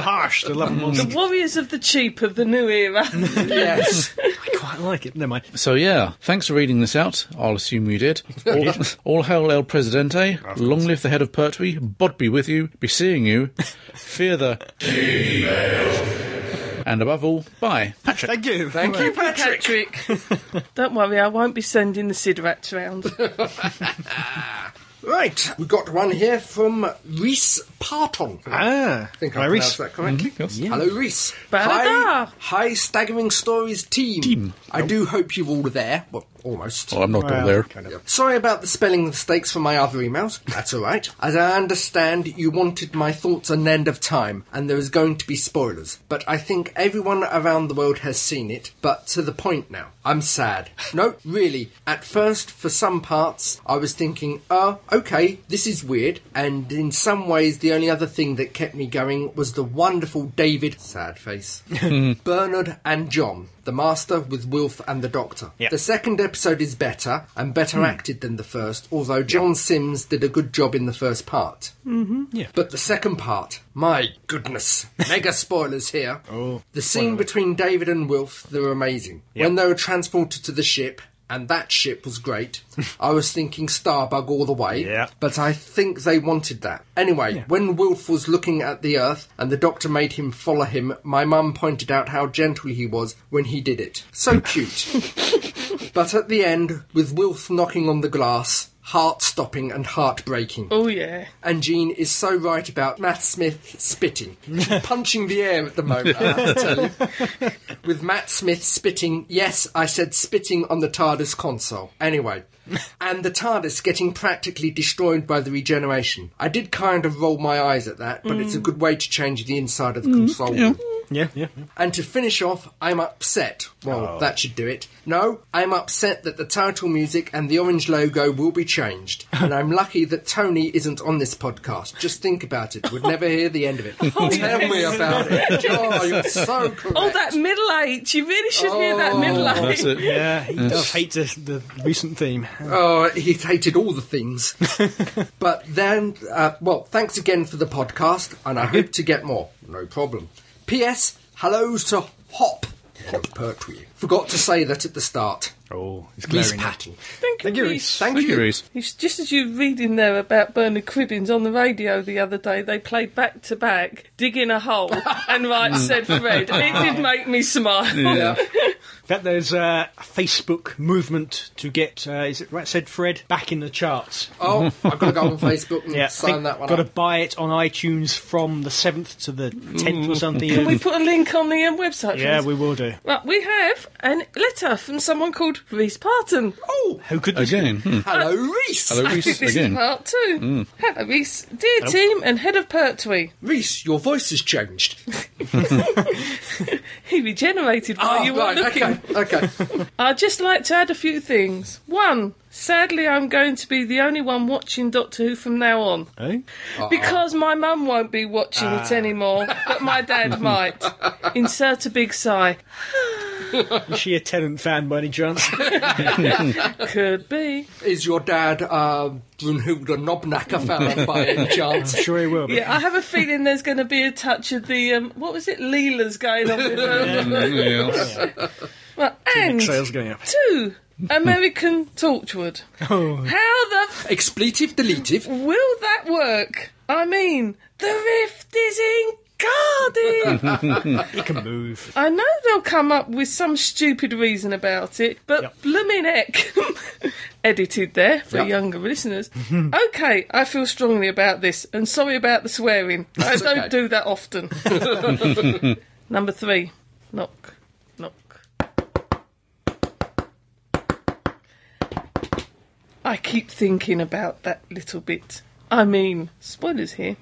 harsh, the love monster.
The warriors of the cheap of the new era.
yes.
I quite like it. Never mind.
so yeah, thanks for reading this out. I'll assume (laughs) you did. All, all hail El Presidente. Long live the head of Pertwee. Bod be with you. Be seeing (laughs) you. Fear the And above all, bye, Patrick.
Thank you.
Thank you, Patrick.
Patrick. Don't worry, I won't be sending the Sidorat round.
Right, we got one here from Reese Parton.
Ah,
I think I
hi, Reese.
pronounced that correctly.
Mhm, yes. Yeah.
Hello, Reese.
Ba-da-da.
Hi, hi, Staggering Stories team.
Team.
I do hope you all are there. Well, almost.
Oh, I'm not all Well, there.
kind of. Sorry about the spelling mistakes from my other emails. That's all right. (laughs) As I understand, you wanted my thoughts on the end of time, and there is going to be spoilers. But I think everyone around the world has seen it. But to the point now, I'm sad. No, really. At first, for some parts, I was thinking, oh, okay, this is weird. And in some ways, the only other thing that kept me going was the wonderful David, sad face, Bernard and John, the Master with Wilf and the Doctor. The second episode is better and better
Hmm.
acted than the first, although John Sims did a good job in the first part.
Mm-hmm. Yeah.
But the second part, my (laughs) goodness, mega spoilers here. Oh, the scene between David and Wilf, they were amazing. When they were transported to the ship, and that ship was (laughs) great. I was thinking Starbug all the way, yeah. but I think they wanted that. Anyway, when Wilf was looking at the Earth and the Doctor made him follow him, my mum pointed out how gentle he was when he did it. So (laughs) cute. but at the end, with Wilf knocking on the glass, heart stopping and heartbreaking.
Oh, yeah.
And Jean is so right about Matt Smith spitting. She's punching the air at the moment, I have to tell you. With Matt Smith spitting, yes, I said spitting on the TARDIS console. Anyway. and the TARDIS getting practically destroyed by the regeneration. I did kind of roll my eyes at that, but it's a
Mm.
good way to change the inside of the
Mm,
console.
yeah. Yeah, yeah.
And to finish off, I'm upset. Well,
Oh.
that should do it. No, I'm upset that the title music and the orange logo will be (laughs) changed. and I'm lucky that Tony isn't on this podcast. Just think about it. We'd never hear the end of it. (laughs) Tell me about it. Oh, you're so correct.
Oh, that middle eight. You really should hear that middle eight.
(laughs)
Yeah, he does hate the, the recent theme.
Oh, he hated all the things. but then, uh, well, thanks again for the podcast, and I hope to get more. No problem. P.S. Hello to Hop. Hop Pertwee. Forgot to say that at the start.
Oh, it's
Reese
glaring.
Patton.
Thank you, Reece.
Thank, you.
It's just as you were reading there about Bernard Cribbins on the radio the other day, they played back to back, digging a hole, and right said Fred. It did make me smile.
Yeah. In fact, there's uh, a Facebook movement to get, uh, is it right, said Fred, back in the charts.
Oh, I've got
(laughs)
to go on Facebook and
yeah,
sign that one
Got to
up.
buy it on iTunes from the 7th to the 10th or something.
Can we put a link on the um, website? for
yeah,
this?
we will do.
Right, we have a letter from someone called Reese Parton.
Oh,
Who could this
again? Hmm.
be?
Hello, Reese.
Hello,
I
Reece,
think (laughs) this
again.
is part two.
Mm.
Hello, Reese. Dear
Hello.
team and head of Pertwee,
Reese, your voice
(laughs)
has changed.
he regenerated while
Oh,
Ah,
you were
right,
looking.
okay, okay.
I'd just like to add a few things. One, sadly, I'm going to be the only one watching Doctor Who from now on.
Eh?
Because my mum won't be watching it
Ah.
anymore, but
(laughs)
my dad might. Insert a big sigh.
Is she a Tenant fan by any chance?
Could be.
Is your dad uh, Brunhilde Knobnacker fan
(laughs)
by any chance?
I'm sure he will.
Yeah, I have a feeling there's going to be a touch of the um, what was it, Leela's going on with her. well, and
Trails going up.
two American Torchwood.
Oh.
How the f-
Expletive deletive.
will that work? I mean, the rift is in Cardiff.
He can move.
I know they'll come up with some stupid reason about it, but blooming heck, (laughs) edited there for
Yep. Mm-hmm.
younger listeners. okay, I feel strongly about this, and sorry about the swearing. I
That's
don't
okay.
do
(laughs)
that often. (laughs) Number three, knock, knock. I keep thinking about that little bit. I mean,
(laughs)
spoilers here.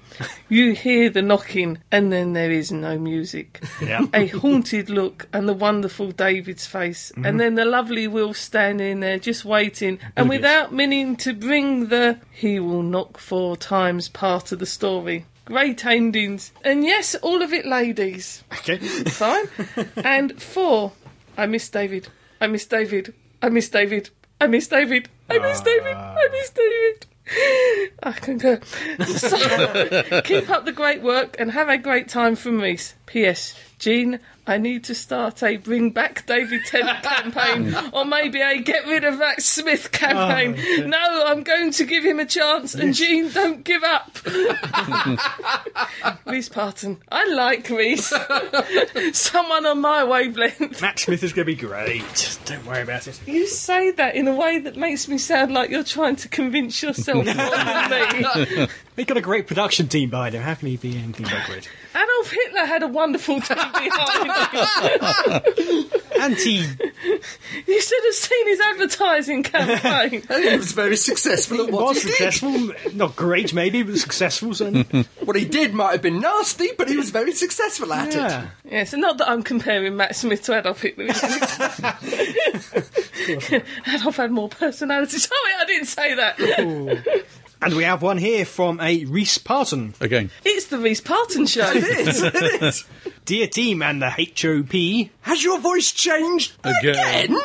You hear the knocking, and then there is no music.
Yeah.
A haunted look, and the wonderful David's face, and then the lovely Will standing there just waiting, and
Oblivious.
without meaning to bring the he will knock four times part of the story. Great endings. And yes, all of it ladies.
Okay.
Fine. and four, I miss David. I miss David. I miss David. I miss David. I miss David. I miss David. I concur. (laughs) So, keep up the great work and have a great time from Reese. P.S. Gene, I need to start a bring back David Tennant campaign, or maybe a get rid of that Smith campaign.
Oh, yeah.
no, I'm going to give him a chance, and Gene, don't give up. Reese Parton, I like Reese. Someone on my wavelength.
Matt Smith is going to be great. Don't worry about it.
(laughs) You say that in a way that makes me sound like you're trying to convince yourself more than me.
They've got a great production team behind him. How can he be anything but great?
Adolf Hitler had a wonderful team behind him.
(laughs) Anti.
You should have seen his advertising (laughs) campaign.
very successful at what
was
he did.
successful. Not great, maybe, but successful. (laughs) So.
what he did might have been nasty, but he was very successful at
Yeah.
it.
Yeah, so not that I'm comparing Matt Smith to Adolf Hitler. Adolf had more personality. Sorry, I didn't say that.
And we have one here from a Reese Parton.
Again.
It's the Reese Parton show.
Dear team and the HOP.
Has your voice changed again?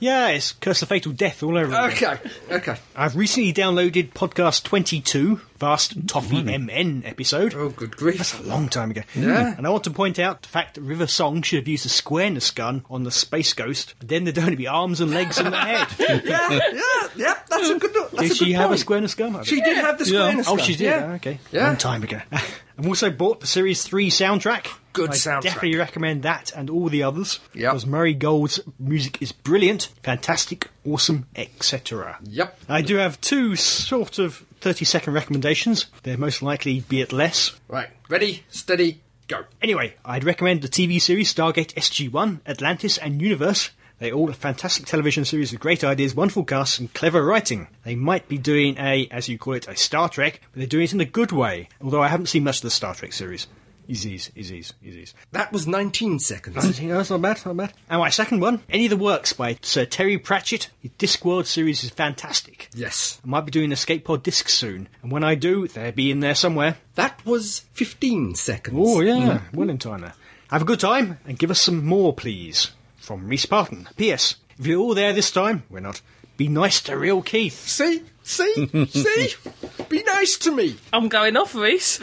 Yeah, it's Curse of Fatal Death all over
Okay, okay.
I've recently downloaded podcast 22, Vast Toffee MN episode.
Oh, good grief.
That's a long time ago. Hmm.
Yeah.
And I want to point out the fact that River Song should have used a squareness gun on the Space Ghost, then there'd only be arms and legs
(laughs)
and the head.
yeah, yeah, yeah. That's a good. That's a
did she
good
have a
point.
squareness gun?
She did have the squareness
Oh,
gun,
she did.
yeah.
Oh, okay.
Yeah.
Long time ago. (laughs) I've also bought the Series 3 soundtrack.
Good
I
soundtrack.
definitely recommend that and all the others. Because Murray Gold's music is brilliant, fantastic, awesome, etc.
Yep.
I do have two sort of 30 second recommendations. They're most likely be it less.
Right, ready, steady, go.
Anyway, I'd recommend the TV series Stargate SG1, Atlantis, and Universe. They all are fantastic television series with great ideas, wonderful casts, and clever writing. They might be doing a, as you call it, a Star Trek, but they're doing it in a good way. Although I haven't seen much of the Star Trek series. Easy's, easy's, easy's.
That was 19 seconds.
that's not bad, not bad. And my second one, any of the works by Sir Terry Pratchett. The Discworld series is fantastic.
Yes.
I might be doing escape pod discs soon, and when I do, they'll be in there somewhere.
That was 15 seconds.
Oh, yeah, well in time there. Have a good time, and give us some more, please. From Reese Parton. P.S. If you're all there this time, we're not. Be nice to real Keith.
See, see, see.
(laughs)
Be nice to me.
I'm going off, Reese.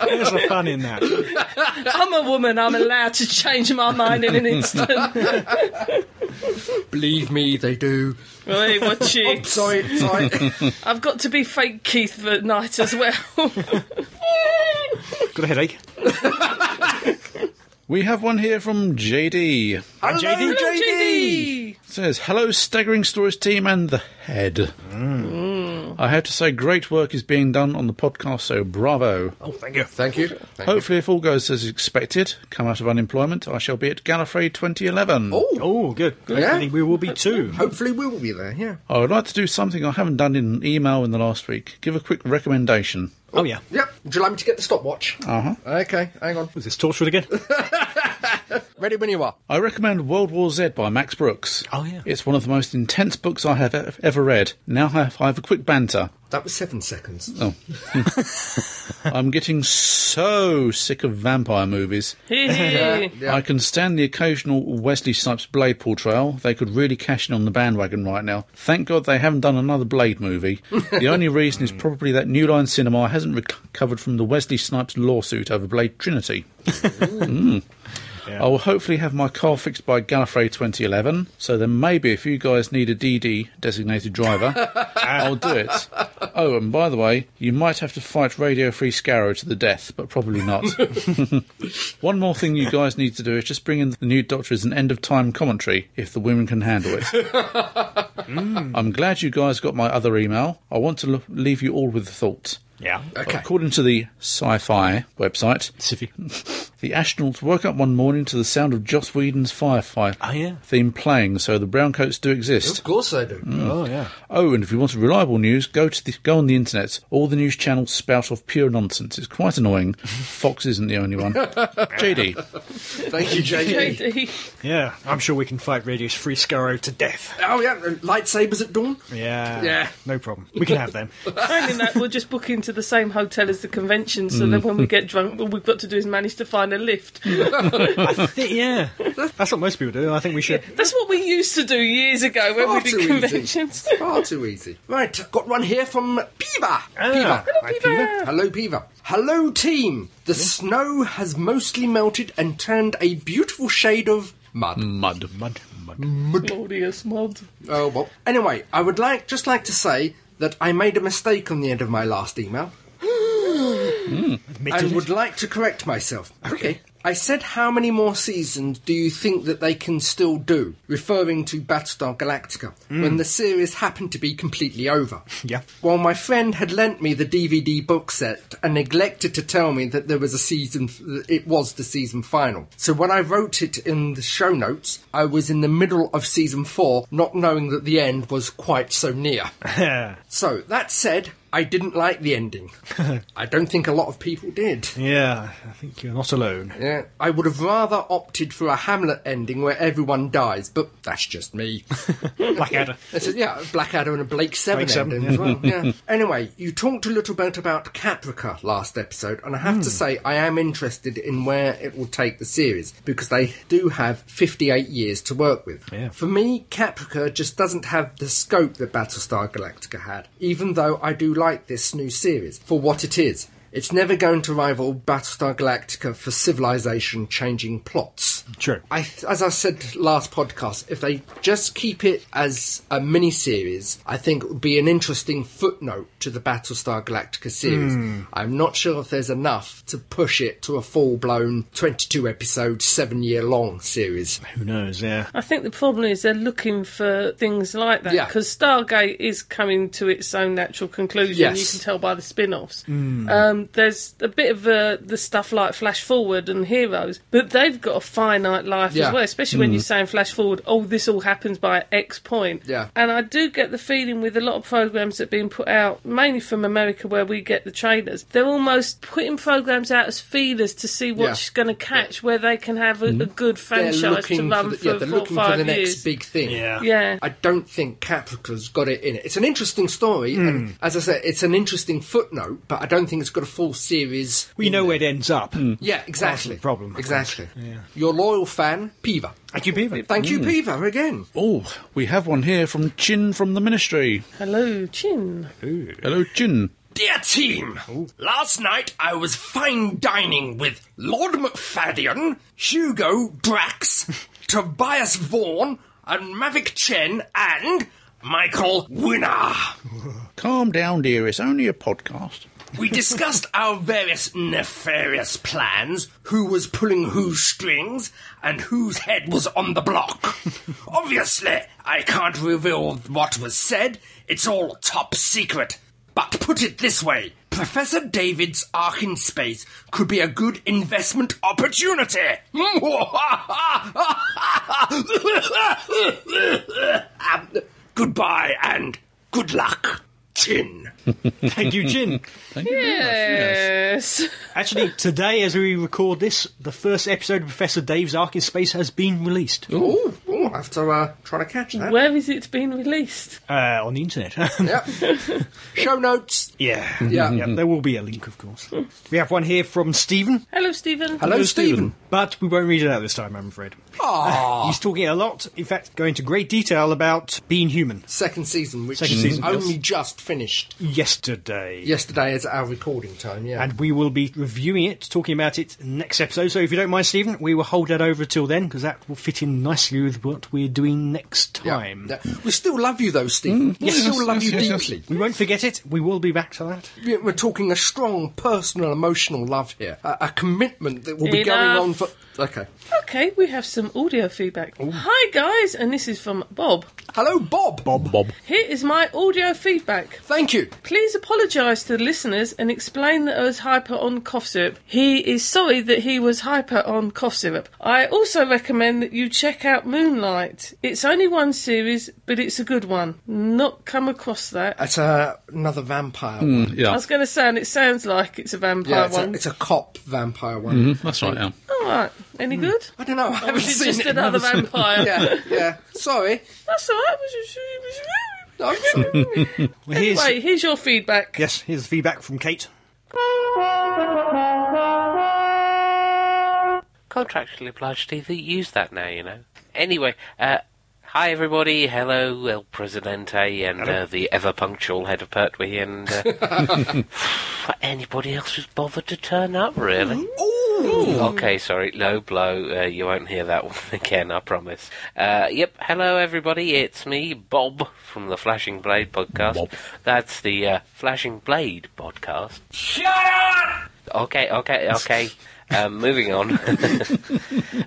There's a fun in that.
I'm a woman. I'm allowed to change my mind in an instant.
Believe me, they do.
Wait, what
(laughs)
you?
Oops, sorry, sorry.
(laughs) I've got to be fake Keith at night as
(laughs)
well.
Got a headache.
We have one here from JD.
Hello,
(laughs)
JD.
Says, Hello, Staggering Stories team and the head.
Mm.
I have to say, great work is being done on the podcast, so bravo.
Oh, thank you.
Thank you. Thank you.
Hopefully, if all goes as expected, come out of unemployment, I shall be at Gallifrey 2011.
Oh, good. good.
Yeah.
I think we will be too.
Hopefully, we will be there. Yeah.
I would like to do something I haven't done in an email in the last week. Give a quick recommendation.
Oh, yeah.
Yep. Would you like me to get the stopwatch?
Uh
Uh-huh.
huh.
Okay, hang on.
Was this Torchwood again?
Ready when you are.
I recommend World War Z by Max Brooks.
Oh, yeah.
It's one of the most intense books I have e- ever read. Now I have, I have a quick
(laughs)
banter.
That was seven seconds.
Oh. I'm getting so sick of vampire movies.
Hee hee.
Yeah.
I can stand the occasional Wesley Snipes Blade portrayal. They could really cash in on the bandwagon right now. Thank God they haven't done another Blade movie. The only reason is probably that New Line Cinema hasn't recovered from the Wesley Snipes lawsuit over Blade Trinity. (laughs) Mm. I will hopefully have my car fixed by Gallifrey 2011, so then maybe if you guys need a DD, designated driver, I'll do it. Oh, and by the way, you might have to fight Radio Free Scarrow to the death, but probably not. One more thing you guys need to do is just bring in the new Doctor as an end of time commentary if the women can handle it. I'm glad you guys got my other email. I want to l- leave you all with the thought.
yeah.
Okay.
According to the sci fi website,
Siffy.
(laughs) the astronauts woke up one morning to the sound of Joss Whedon's Firefly
Oh, yeah.
theme playing, so the browncoats do
Of
exist.
course I do.
Oh, yeah.
Oh, and if you want reliable news, go to the, go on the internet. All the news channels spout off pure nonsense. It's quite annoying. Fox isn't the only one. JD.
Thank
(laughs)
you, JD.
(laughs) JD.
Yeah. I'm sure we can fight Radio's Free Scarrow to death.
Oh yeah, and lightsabers at dawn.
Yeah.
Yeah.
No problem. We can have them.
Failing that, we'll just book into to the same hotel as the convention, so
Mm.
that when we get drunk, all we've got to do is manage to find a
(laughs)
lift.
I thi- yeah, that's what most people do. I think we should.
That's what we used to do years ago when we did conventions. Ah,
Easy. (laughs) Far too easy. Right, got one here from Piva. Piva.
Hello, Piva.
Hello, Piva. Hello, team. The snow has mostly melted and turned a beautiful shade of mud.
Mud. Mud.
(laughs) Glorious mud.
Oh well. Anyway, I would like just like to say that I made a mistake on the end of my last email. and would like to correct myself. Okay. I said how many more seasons do you think that they can still do, referring to Battlestar Galactica, when the series happened to be completely over.
Yeah.
Well, my friend had lent me the DVD book set and neglected to tell me that there was a season. It was the season final. So when I wrote it in the show notes, I was in the middle of season four, not knowing that the end was quite so near. so that said. I didn't like the ending. I don't think a lot of people did.
(laughs) yeah, I think you're not alone.
Yeah, I would have rather opted for a Hamlet ending where everyone dies, but that's just me.
Blackadder.
It's a- yeah, Blackadder and a Blake Seven
Blake Seven,
ending
yeah.
as
(laughs)
well. Yeah. anyway, you talked a little bit about Caprica last episode, and I have
Hmm.
to say I am interested in where it will take the series because they do have 58 years to work with. For me, Caprica just doesn't have the scope that Battlestar Galactica had, even though I do like this new series for what it is. It's never going to rival Battlestar Galactica for civilization changing plots.
True.
I, th- as I said last podcast, if they just keep it as a mini series, I think it would be an interesting footnote to the Battlestar Galactica series.
Hmm.
I'm not sure if there's enough to push it to a full blown 22 episode, seven year long series.
Who knows? Yeah.
I think the problem is they're looking for things like that
Yeah.
because Stargate is coming to its own natural conclusion. You
Yes.
can tell by the spin-offs.
Mm.
Um, there's a bit of uh, the stuff like Flash Forward and Heroes, but they've got a finite life
Yeah.
as well. Especially when
Mm.
you're saying Flash Forward, oh, this all happens by X point.
Yeah.
And I do get the feeling with a lot of programs that are being put out, mainly from America, where we get the trailers, they're almost putting programs out as feelers to see what's going to catch, where they can have a, a good
they're
franchise to
looking
run
for
for,
the, yeah, they're
four or
looking for
five
the next
years.
big thing.
Yeah. Yeah.
I don't think Caprica's got it in it. It's an interesting story,
Hmm.
and as I said, it's an interesting footnote, but I don't think it's got a full series.
We know where it ends up.
Yeah, exactly.
That's the problem.
Exactly. Your loyal fan, Piva.
Thank you, Beaver.
Thank you, Piva, again.
Oh, we have one here from Chin from the Ministry.
Hello, Chin.
Hello, Chin.
Dear team, last night I was fine dining with Lord McFadden, Hugo Drax, Tobias Vaughan, and Mavic Chen, and Michael Winner.
Calm down, dear. It's only a podcast.
We discussed our various nefarious plans, who was pulling whose strings, and whose head was on the block. Obviously, I can't reveal what was said, it's all top secret. But put it this way Professor David's Ark in Space could be a good investment opportunity. (laughs) Um, Goodbye and good luck, Chin.
Thank you, Jin.
Thank
Yes.
Actually, today, as we record this, the first episode of Professor Dave's Ark in Space has been released
Ooh, ooh, I have to uh, try to catch that.
Where is it being released?
uh, on the internet. (laughs)
Yep. Show notes.
yeah.
Yeah.
Yep, There will be a link, of course. we have one here from Stephen.
Hello, Oh, Stephen.
Stephen. Ah.
But we won't read it out this time, I'm afraid.
Aww.
He's talking a lot, in fact, going into great detail about being human
Second season, which
Second season,
is only
yes.
just finished.
yesterday.
Yesterday is our recording time, yeah.
And we will be reviewing it, talking about it next episode. So if you don't mind, Stephen, we will hold that over till then because that will fit in nicely with what we're doing next
Yeah,
time.
yeah. We still love you, though, Stephen. we
Mm, Yes,
still love
yes,
you
yes, yes.
deeply.
We won't forget it. We will be back to that.
Yeah, We're talking a strong personal, emotional love here, a, a commitment that will be
Enough.
going on for. Okay.
Okay, we have some audio feedback. Hi, guys, and this is from Bob.
Hello, Bob.
Bob.
Bob.
Here is my audio feedback.
Thank you.
Please apologise to the listeners and explain that I was hyper on cough syrup. He is sorry that he was hyper on cough syrup. I also recommend that you check out Moonlight. It's only one series, but it's a good one. Not come across that.
That's uh, another vampire.
Hmm.
one.
I
Yeah,
was going to say, and it sounds like it's a vampire
Yeah, it's a,
one.
it's a cop vampire one.
Mm-hmm.
Mhm, that's right. Yeah.
All right, any good?
I don't know. I
Or
haven't
was it
Hmm. seen
Oh, just
it.
(laughs) another vampire?
yeah, yeah. Sorry.
That's all right. Was it- was it- (laughs) anyway, here's your feedback.
Yes, here's feedback from Kate.
Contractually obliged to use that now, you know. Anyway, uh, hi everybody, hello El Presidente and uh, the ever punctual head of Pertwee and uh, (laughs) anybody else who's bothered to turn up, really. Okay, sorry, low blow. Uh, you won't hear that one (laughs) again, I promise. Uh, yep, hello everybody, it's me, Bob from the Flashing Blade podcast. That's the uh, Flashing Blade podcast.
Shut up!
Okay, okay, (laughs) okay. um, moving on. (laughs) uh,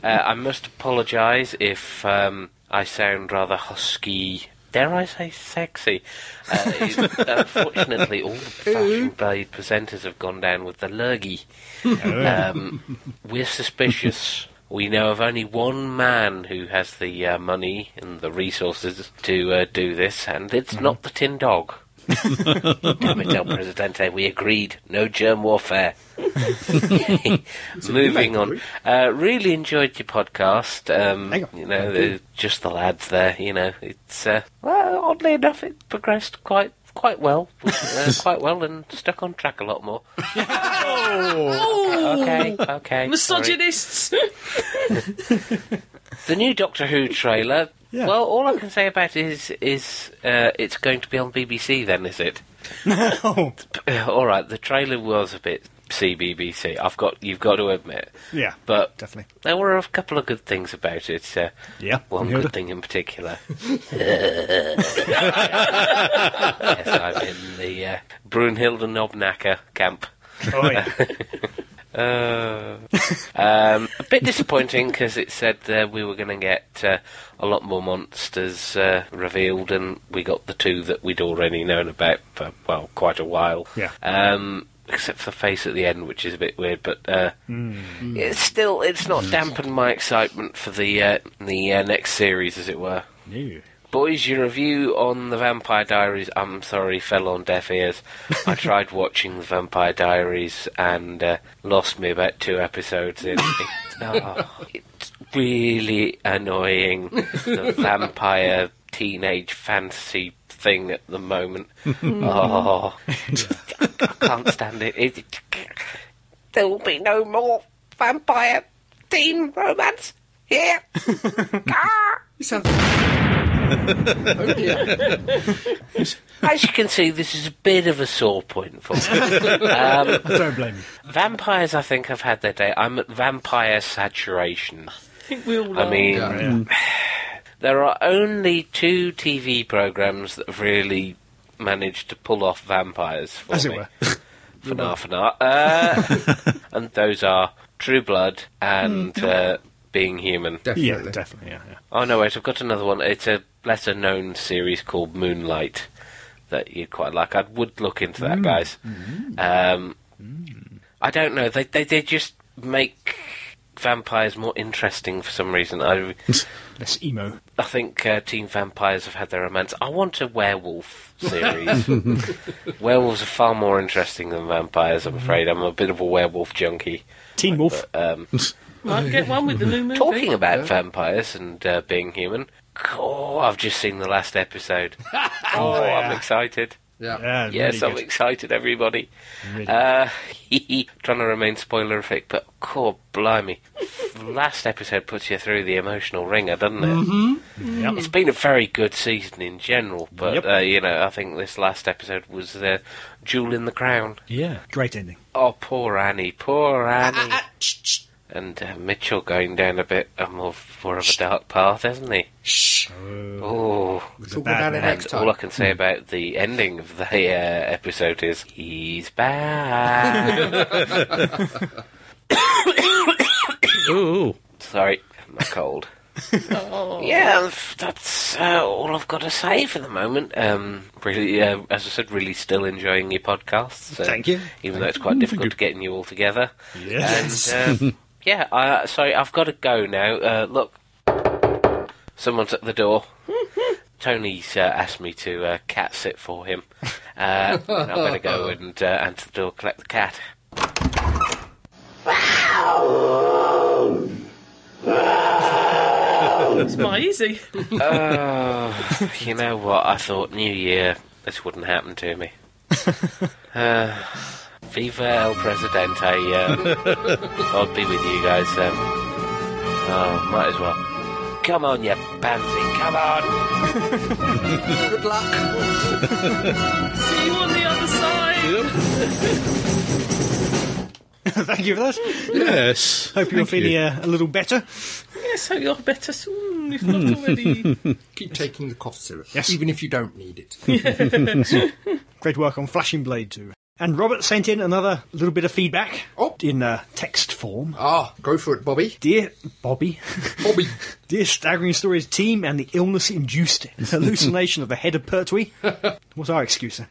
I must apologise if um, I sound rather husky. Dare I say sexy? Uh, it- unfortunately, all the Fashion Blade presenters have gone down with the lurgy. Um, we're suspicious. We know of only one man who has the uh, money and the resources to uh, do this, and it's not the Tin Dog. Damn it, El Presidente, we agreed. No germ warfare. Moving on. Uh, really enjoyed your podcast. Um, You know, the, just the lads there, you know. It's uh, well, oddly enough, it progressed quite quite well. (laughs) Uh, quite well and stuck on track a lot more.
Oh.
Okay, okay.
Misogynists. (laughs)
The new Doctor Who trailer. Well, all I can say about it is is uh, it's going to be on BBC. Then is it? uh,
No.
all right. The trailer was a bit CBBC. I've got you've got to admit.
Yeah,
But
definitely.
There were a couple of good things about it. Uh,
yeah.
One
Yeah.
good thing
(laughs)
in particular. yes, I'm in the uh, Brunhilde Knobnacker camp.
Oi.
(laughs) Uh, um, a bit disappointing because it said uh, we were going to get uh, a lot more monsters uh, revealed, and we got the two that we'd already known about for well quite a while.
Yeah.
Um, except for the face at the end, which is a bit weird, but uh, it's still it's not dampened my excitement for the uh, the uh, next series, as it were.
No.
Boys, your review on the Vampire Diaries, I'm sorry, fell on deaf ears. I tried watching the Vampire Diaries and uh, lost me about two episodes in. It, oh, it's really annoying. The vampire teenage fantasy thing at the moment. oh, I can't stand it. It- it There will be no more vampire teen romance here.
You sound
As you can see, this is a bit of a sore point for me. Um,
I don't blame you.
vampires, I think, have had their day. I'm at vampire saturation.
I think we all
I
are.
mean, (sighs) there are only two TV programs that have really managed to pull off vampires for
As it
me.
were.
(laughs) Fnar Fnar. Uh, (laughs) and those are True Blood and uh, Being Human.
Yeah, Hmm. definitely. Yeah, yeah.
Oh no, wait! I've got another one. It's a lesser-known series called Moonlight that you'd quite like. I would look into that,
Mm.
guys. Um, I don't know. They, they they just make vampires more interesting for some reason. I
Less emo.
I think uh, Teen Vampires have had their romance. I want a werewolf
(laughs)
series. Werewolves are far more interesting than vampires. I'm afraid. I'm a bit of a werewolf junkie.
Teen Wolf.
um,
Might get one with the new movie.
Talking about vampires and uh, being human, oh, I've just seen the last episode. oh, I'm excited.
Yeah.
yes, I'm excited, everybody. Uh, (laughs) trying to remain spoilerific, but core blimey, last episode puts you through the emotional ringer, doesn't it?
Yep.
It's been a very good season in general, but
Yep.
uh, you know, I think this last episode was the jewel in the crown.
Yeah. Great ending. (laughs)
Oh, poor Annie,
Ah,
poor Annie. And uh, Mitchell going down a bit uh, more, more of a dark path, isn't he? Shh. Oh.
Talk bad about it man. next
And
time.
all I can say about the ending of the uh, episode is he's (coughs) back.
Ooh.
Sorry, my cold.
Oh.
Yeah, f- that's uh, all I've got to say for the moment. Um, really, uh, as I said, really still enjoying your podcasts. uh,
Thank you. Thank
Even though it's
you.
quite
Thank
difficult
you.
to getting you all together.
Yes.
And, um, yeah. I, sorry, I've got to go now. Uh, look, someone's at the door. Tony's uh, asked me to uh, cat sit for him. Uh, I'm going to go and uh, answer the door, collect the cat.
It's my easy.
Oh, you know what? I thought New Year, this wouldn't happen to me. (laughs) Uh, Viva El Presidente. Uh, I'll be with you guys then. Oh, might as well. Come on, you pansy, come on!
Good luck.
See you on the other side.
Thank you for that.
Yes.
Hope you're
Thank
feeling
you.
uh, a little better.
yes, hope you're better soon, if not
(laughs)
already.
Keep taking the cough syrup,
Yes.
even if you don't need it.
Great work on Flashing Blade too. And Robert sent in another little bit of feedback oh. in uh, text form.
Ah, go for it, Bobby.
Dear Bobby. (laughs)
Bobby.
Dear Staggering Stories team and the illness induced hallucination of the head of Pertwee. What's our excuse?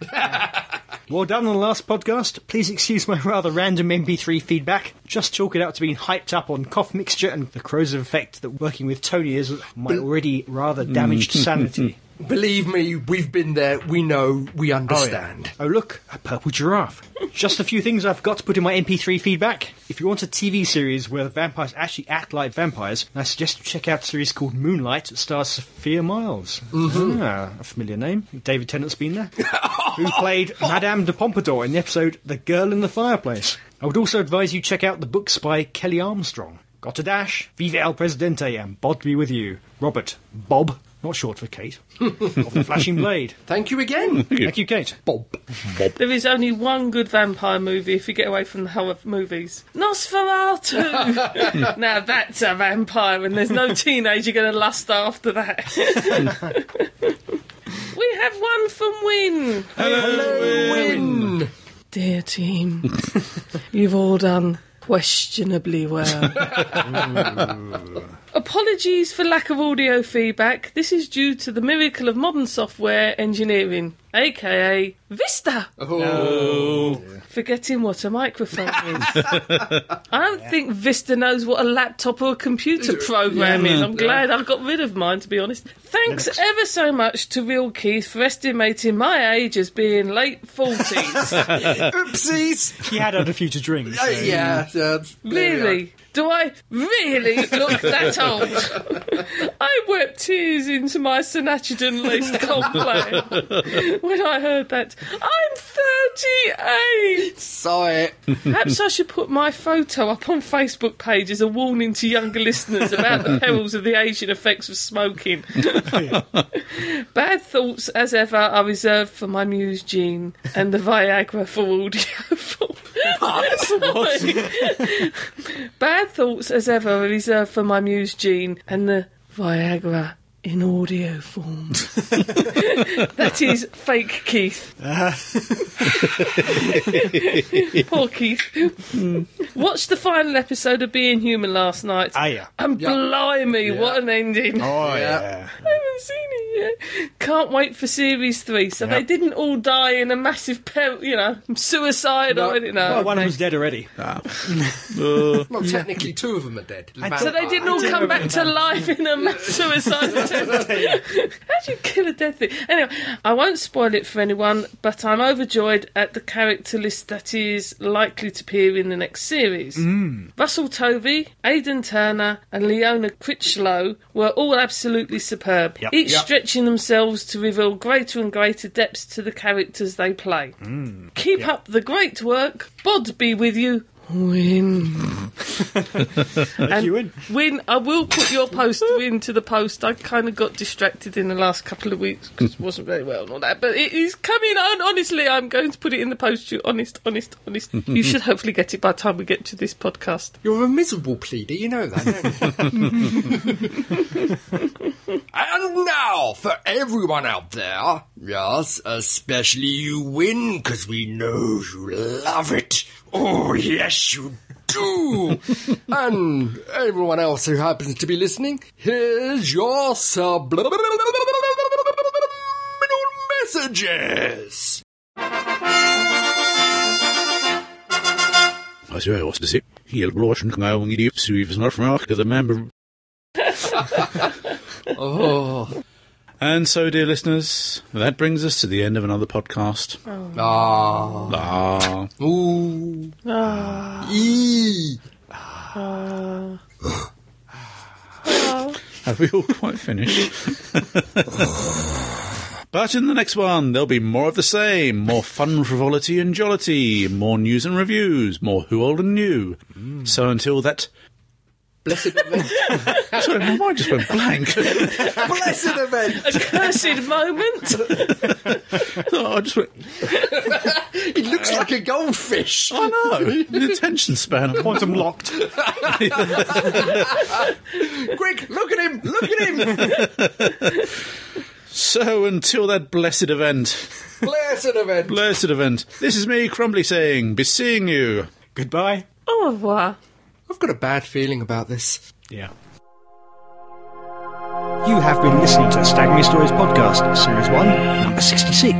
Well done on the last podcast. Please excuse my rather random MP3 feedback. Just chalk it out to being hyped up on cough mixture and the corrosive effect that working with Tony is on my already rather damaged sanity.
Believe me, we've been there. We know. We understand.
Oh, look, a purple giraffe. Just a few things I've got to put in my MP3 feedback. If you want a TV series where the vampires actually act like vampires, then I suggest you check out a series called Moonlight that stars Sophia Miles.
Mhm.
Ah, a familiar name. David Tennant's been there. (laughs) who played Madame de Pompadour in the episode The Girl in the Fireplace. I would also advise you check out the books by Kelly Armstrong. Got a dash, Viva el Presidente, and Bod be with you. Robert, Bob, not short for Kate, of the Flashing Blade.
Thank you again.
(laughs) Thank you, Kate.
Bob.
There is only one good vampire movie if you get away from the whole of movies. Nosferatu! now that's a vampire, and there's no teenager going to lust after that. we have one from Win. Hello, Win. Dear team, you've all done questionably well. Apologies for lack of audio feedback. This is due to the miracle of modern software engineering, aka Vista.
Uh, oh.
Forgetting what a
(laughs)
microphone is. I don't think Vista knows what a laptop or a computer program
Yeah.
is. I'm glad I got rid of mine, to be honest. Thanks ever so much to Real Keith for estimating my age as being
(laughs)
late 40s.
Uh,
(laughs)
Oopsies!
He had had a few to drink.
Uh,
so-
yeah. Uh,
Really? Do I really look that old?
(laughs)
I wept tears into my Senachidon laced
(laughs)
complaint when I heard that. I'm 38!
Saw it.
Perhaps I should put my photo up on Facebook page as a warning to younger listeners about the perils of the aging effects of smoking. (laughs) Bad thoughts, as ever, are reserved for my muse Jean and the Viagra for audio. (laughs) Sorry. (laughs) Bad thoughts, as ever, are reserved for my muse Jean and the Viagra in audio form. that is fake Keith. Poor Keith. Watched the final episode of Being Human last night.
Ah, yeah.
And
Yeah.
blimey,
Yeah.
what an ending.
Oh, yeah.
(laughs) I haven't seen it yet. Can't wait for series three. So
Yeah.
they didn't all die in a massive, per- you know, suicide or anything. No.
Well, one of them's dead already.
Well, technically, two of them are dead.
so they didn't all come back to life in a
(laughs)
mass suicide attempt. How do you kill a dead thing? Anyway, I won't spoil it for anyone, but I'm overjoyed at the character list that is likely to appear in the next series.
Mm.
Russell Tovey, Aidan Turner, and Leona Critchlow were all absolutely superb,
Yep.
each
Yep.
stretching themselves to reveal greater and greater depths to the characters they play.
Mm.
Keep up the great work. Bod be with you. Win. and you
win.
Win, I will put your poster into the post. I kind of got distracted in the last couple of weeks because it wasn't very well and all that. But it is coming on. Honestly, I'm going to put it in the post. You honest, honest, honest. you should hopefully get it by the time we get to this podcast.
You're a miserable pleader, you know that,
(laughs)
And now, for everyone out there, yes, especially you win, because we know you love it. Oh, yes, you
(laughs)
do. and everyone else who happens to be listening, here's your subliminal messages.
I say, "Oh, what's this? He'll brush and go and eat so he's not from Africa, the (laughs) member.
Oh.
And so, dear listeners, that brings us to the end of another podcast.
Oh.
Ah.
Ah. Ooh.
Ah.
Eee.
Ah.
Have we all quite finished? but in the next one, there'll be more of the same more fun, frivolity, and jollity, more news and reviews, more who old and new. So until that.
Blessed
(laughs)
event.
Sorry, my mind just went blank. (laughs)
Blessed event.
A cursed moment.
No, I just went.
It looks like a goldfish.
I know. The attention span.
Quantum locked.
Quick, look at him. Look at him. (laughs)
So until that blessed event,
Blessed event.
blessed event, this is me, Crumbly, saying, be seeing you.
Goodbye.
Au revoir.
I've got a bad feeling about this.
Yeah. You have been listening to the Staggering Stories Podcast, Series 1, Number 66,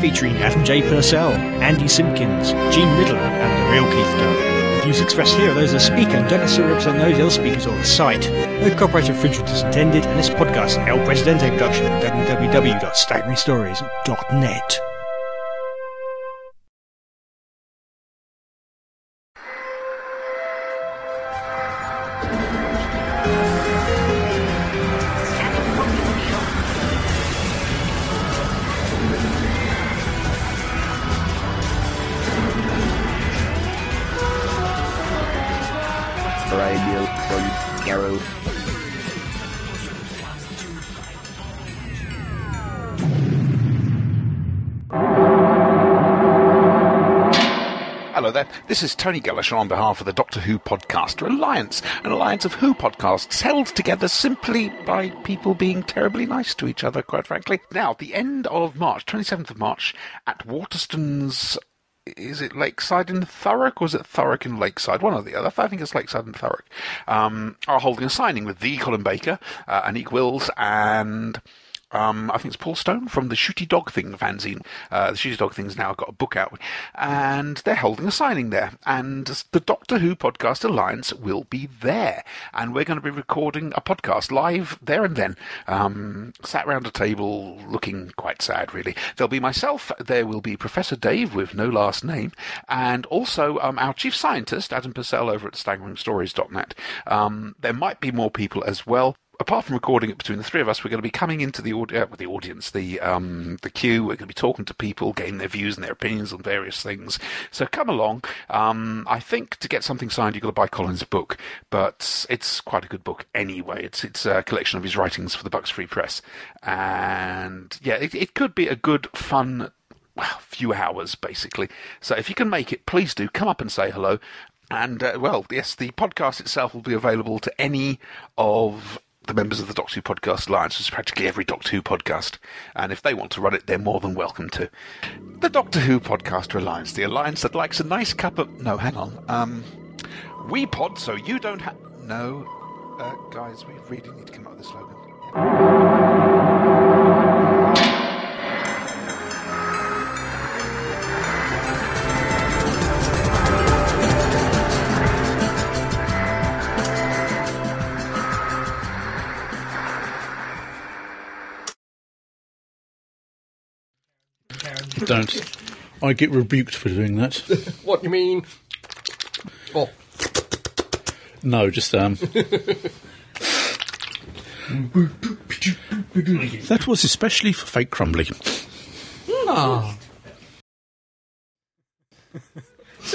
featuring Adam J. Purcell, Andy Simpkins, Gene Middle, and the real Keith Dunn. The Views expressed here are those of the speaker and don't necessarily represent those of the other speakers or the site. No copyright infringement is intended, and this podcast is an El Presidente production at www.staggeringstories.net.
Radio from Garrow.
Hello there, this is Tony Gellisher on behalf of the Doctor Who Podcaster Alliance, an alliance of Who podcasts held together simply by people being terribly nice to each other, quite frankly. Now, the end of March, 27th of March, at Waterstones. Is it Lakeside in Thurrock or is it Thurrock in Lakeside? One or the other. I think it's Lakeside in Thurrock. Um, are holding a signing with the Colin Baker, uh, Anique Wills, and um, I think it's Paul Stone from the Shooty Dog Thing fanzine. Uh, the Shooty Dog Thing's now got a book out, and they're holding a signing there. And the Doctor Who Podcast Alliance will be there, and we're going to be recording a podcast live there and then. Um, sat round a table, looking quite sad, really. There'll be myself. There will be Professor Dave with no last name, and also um, our chief scientist Adam Purcell over at StaggeringStories.net. Um, there might be more people as well apart from recording it between the three of us, we're going to be coming into the audi- uh, the audience, the um, the queue. We're going to be talking to people, getting their views and their opinions on various things. So come along. Um, I think to get something signed, you've got to buy Colin's book, but it's quite a good book anyway. It's it's a collection of his writings for the Bucks Free Press, and yeah, it, it could be a good fun well, few hours basically. So if you can make it, please do come up and say hello. And uh, well, yes, the podcast itself will be available to any of the members of the Doctor Who Podcast Alliance, which is practically every Doctor Who podcast. And if they want to run it, they're more than welcome to. The Doctor Who Podcaster Alliance, the alliance that likes a nice cup of. No, hang on. Um, we pod, so you don't have. No, uh, guys, we really need to come up with a slogan.
Don't. I get rebuked for doing that.
What you mean? Oh,
No, just um. that was especially for fake crumbly.
So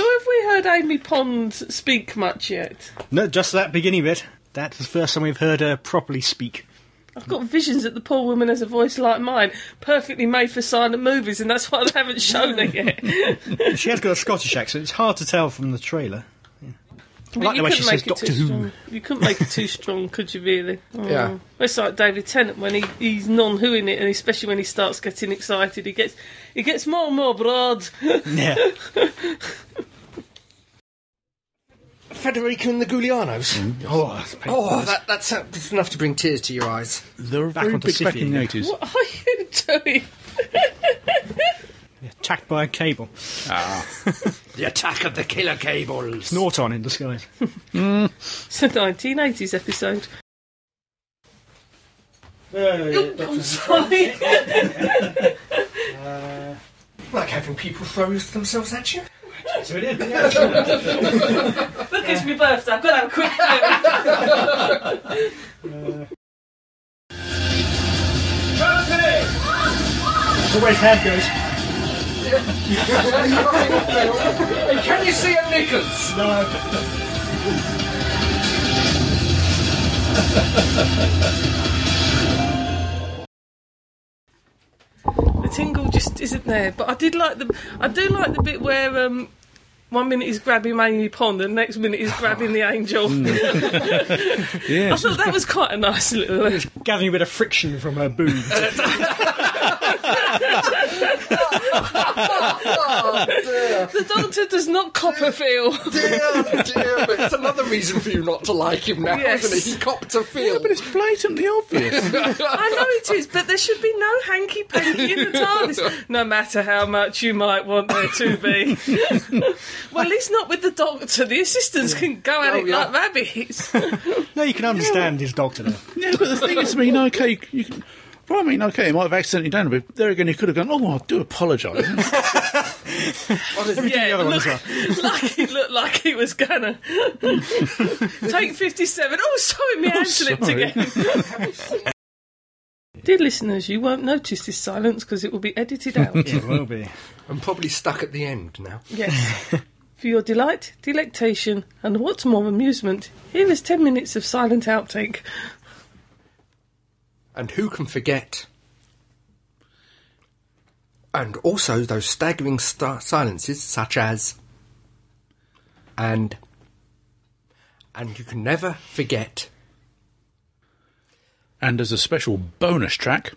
have we heard Amy Pond speak much yet?
No, just that beginning bit. That's the first time we've heard her properly speak.
I've got visions that the poor woman has a voice like mine, perfectly made for silent movies, and that's why they haven't shown it yet.
She has got a Scottish accent. It's hard to tell from the trailer.
But
like the
you
way she
couldn't
says
make it
Doctor
too
Who.
strong. You couldn't make it too strong, could you?
(laughs)
Really? Oh.
Yeah.
It's like David Tennant when he, he's non-who in it, and especially when he starts getting excited, he gets he gets more and more broad. (laughs)
Yeah.
Federica and the Giulianos.
Mm-hmm.
Oh, that's
Oh, that, that's, that's enough to bring tears to your eyes.
There were
Back
very
onto
big back in the
Scythia.
eighties.
what are you doing?
attacked by a cable. Ah. (laughs)
The attack of the killer cables.
Norton in disguise.
It's a 1980s episode. Oh,
(laughs)
I'm sorry. (laughs)
Like having people throw themselves at you.
So it is. Look, it's my birthday. I've got to
(laughs)
have a quick look.
That's the way his head goes.
and can you see a knickers?
No.
The tingle just isn't there. But I did like the I do like the bit where um, one minute he's grabbing Amy Pond and the next minute he's (laughs) grabbing the angel.
Yeah.
I thought that was quite a nice (laughs) little.
Gathering a bit of friction from her boobs. (laughs)
the doctor does not (laughs) Copperfield.
Oh, dear, oh, dear, but it's another reason for you not to like him now,
Yes.
isn't it? He copped a feel. but
it's blatantly obvious.
I know it is, but there should be no hanky panky (laughs) in the TARDIS, no matter how much you might want there to be. (laughs) well, at least not with the doctor. The assistants can go at
Oh,
it
yeah.
like rabbits.
no, you can understand his doctor now.
Yeah, but the thing is, I mean, okay, you can. Well, I mean, okay, he might have accidentally done it, but there again, he could have gone, oh, I do apologise. (laughs)
yeah,
other one
look,
as
(laughs) like he looked like he
(laughs)
was gonna take fifty-seven. Oh, sorry, my
Oh,
hand slipped
sorry.
again. Dear listeners, you won't notice this silence because it will be
(laughs)
edited out.
be.
I'm probably stuck at the end now.
Yes. For your delight, delectation, and what's more amusement, here is ten minutes of silent outtake.
And who can forget? And also those staggering sta- silences, such as. And. And you can never forget.
and as a special bonus track,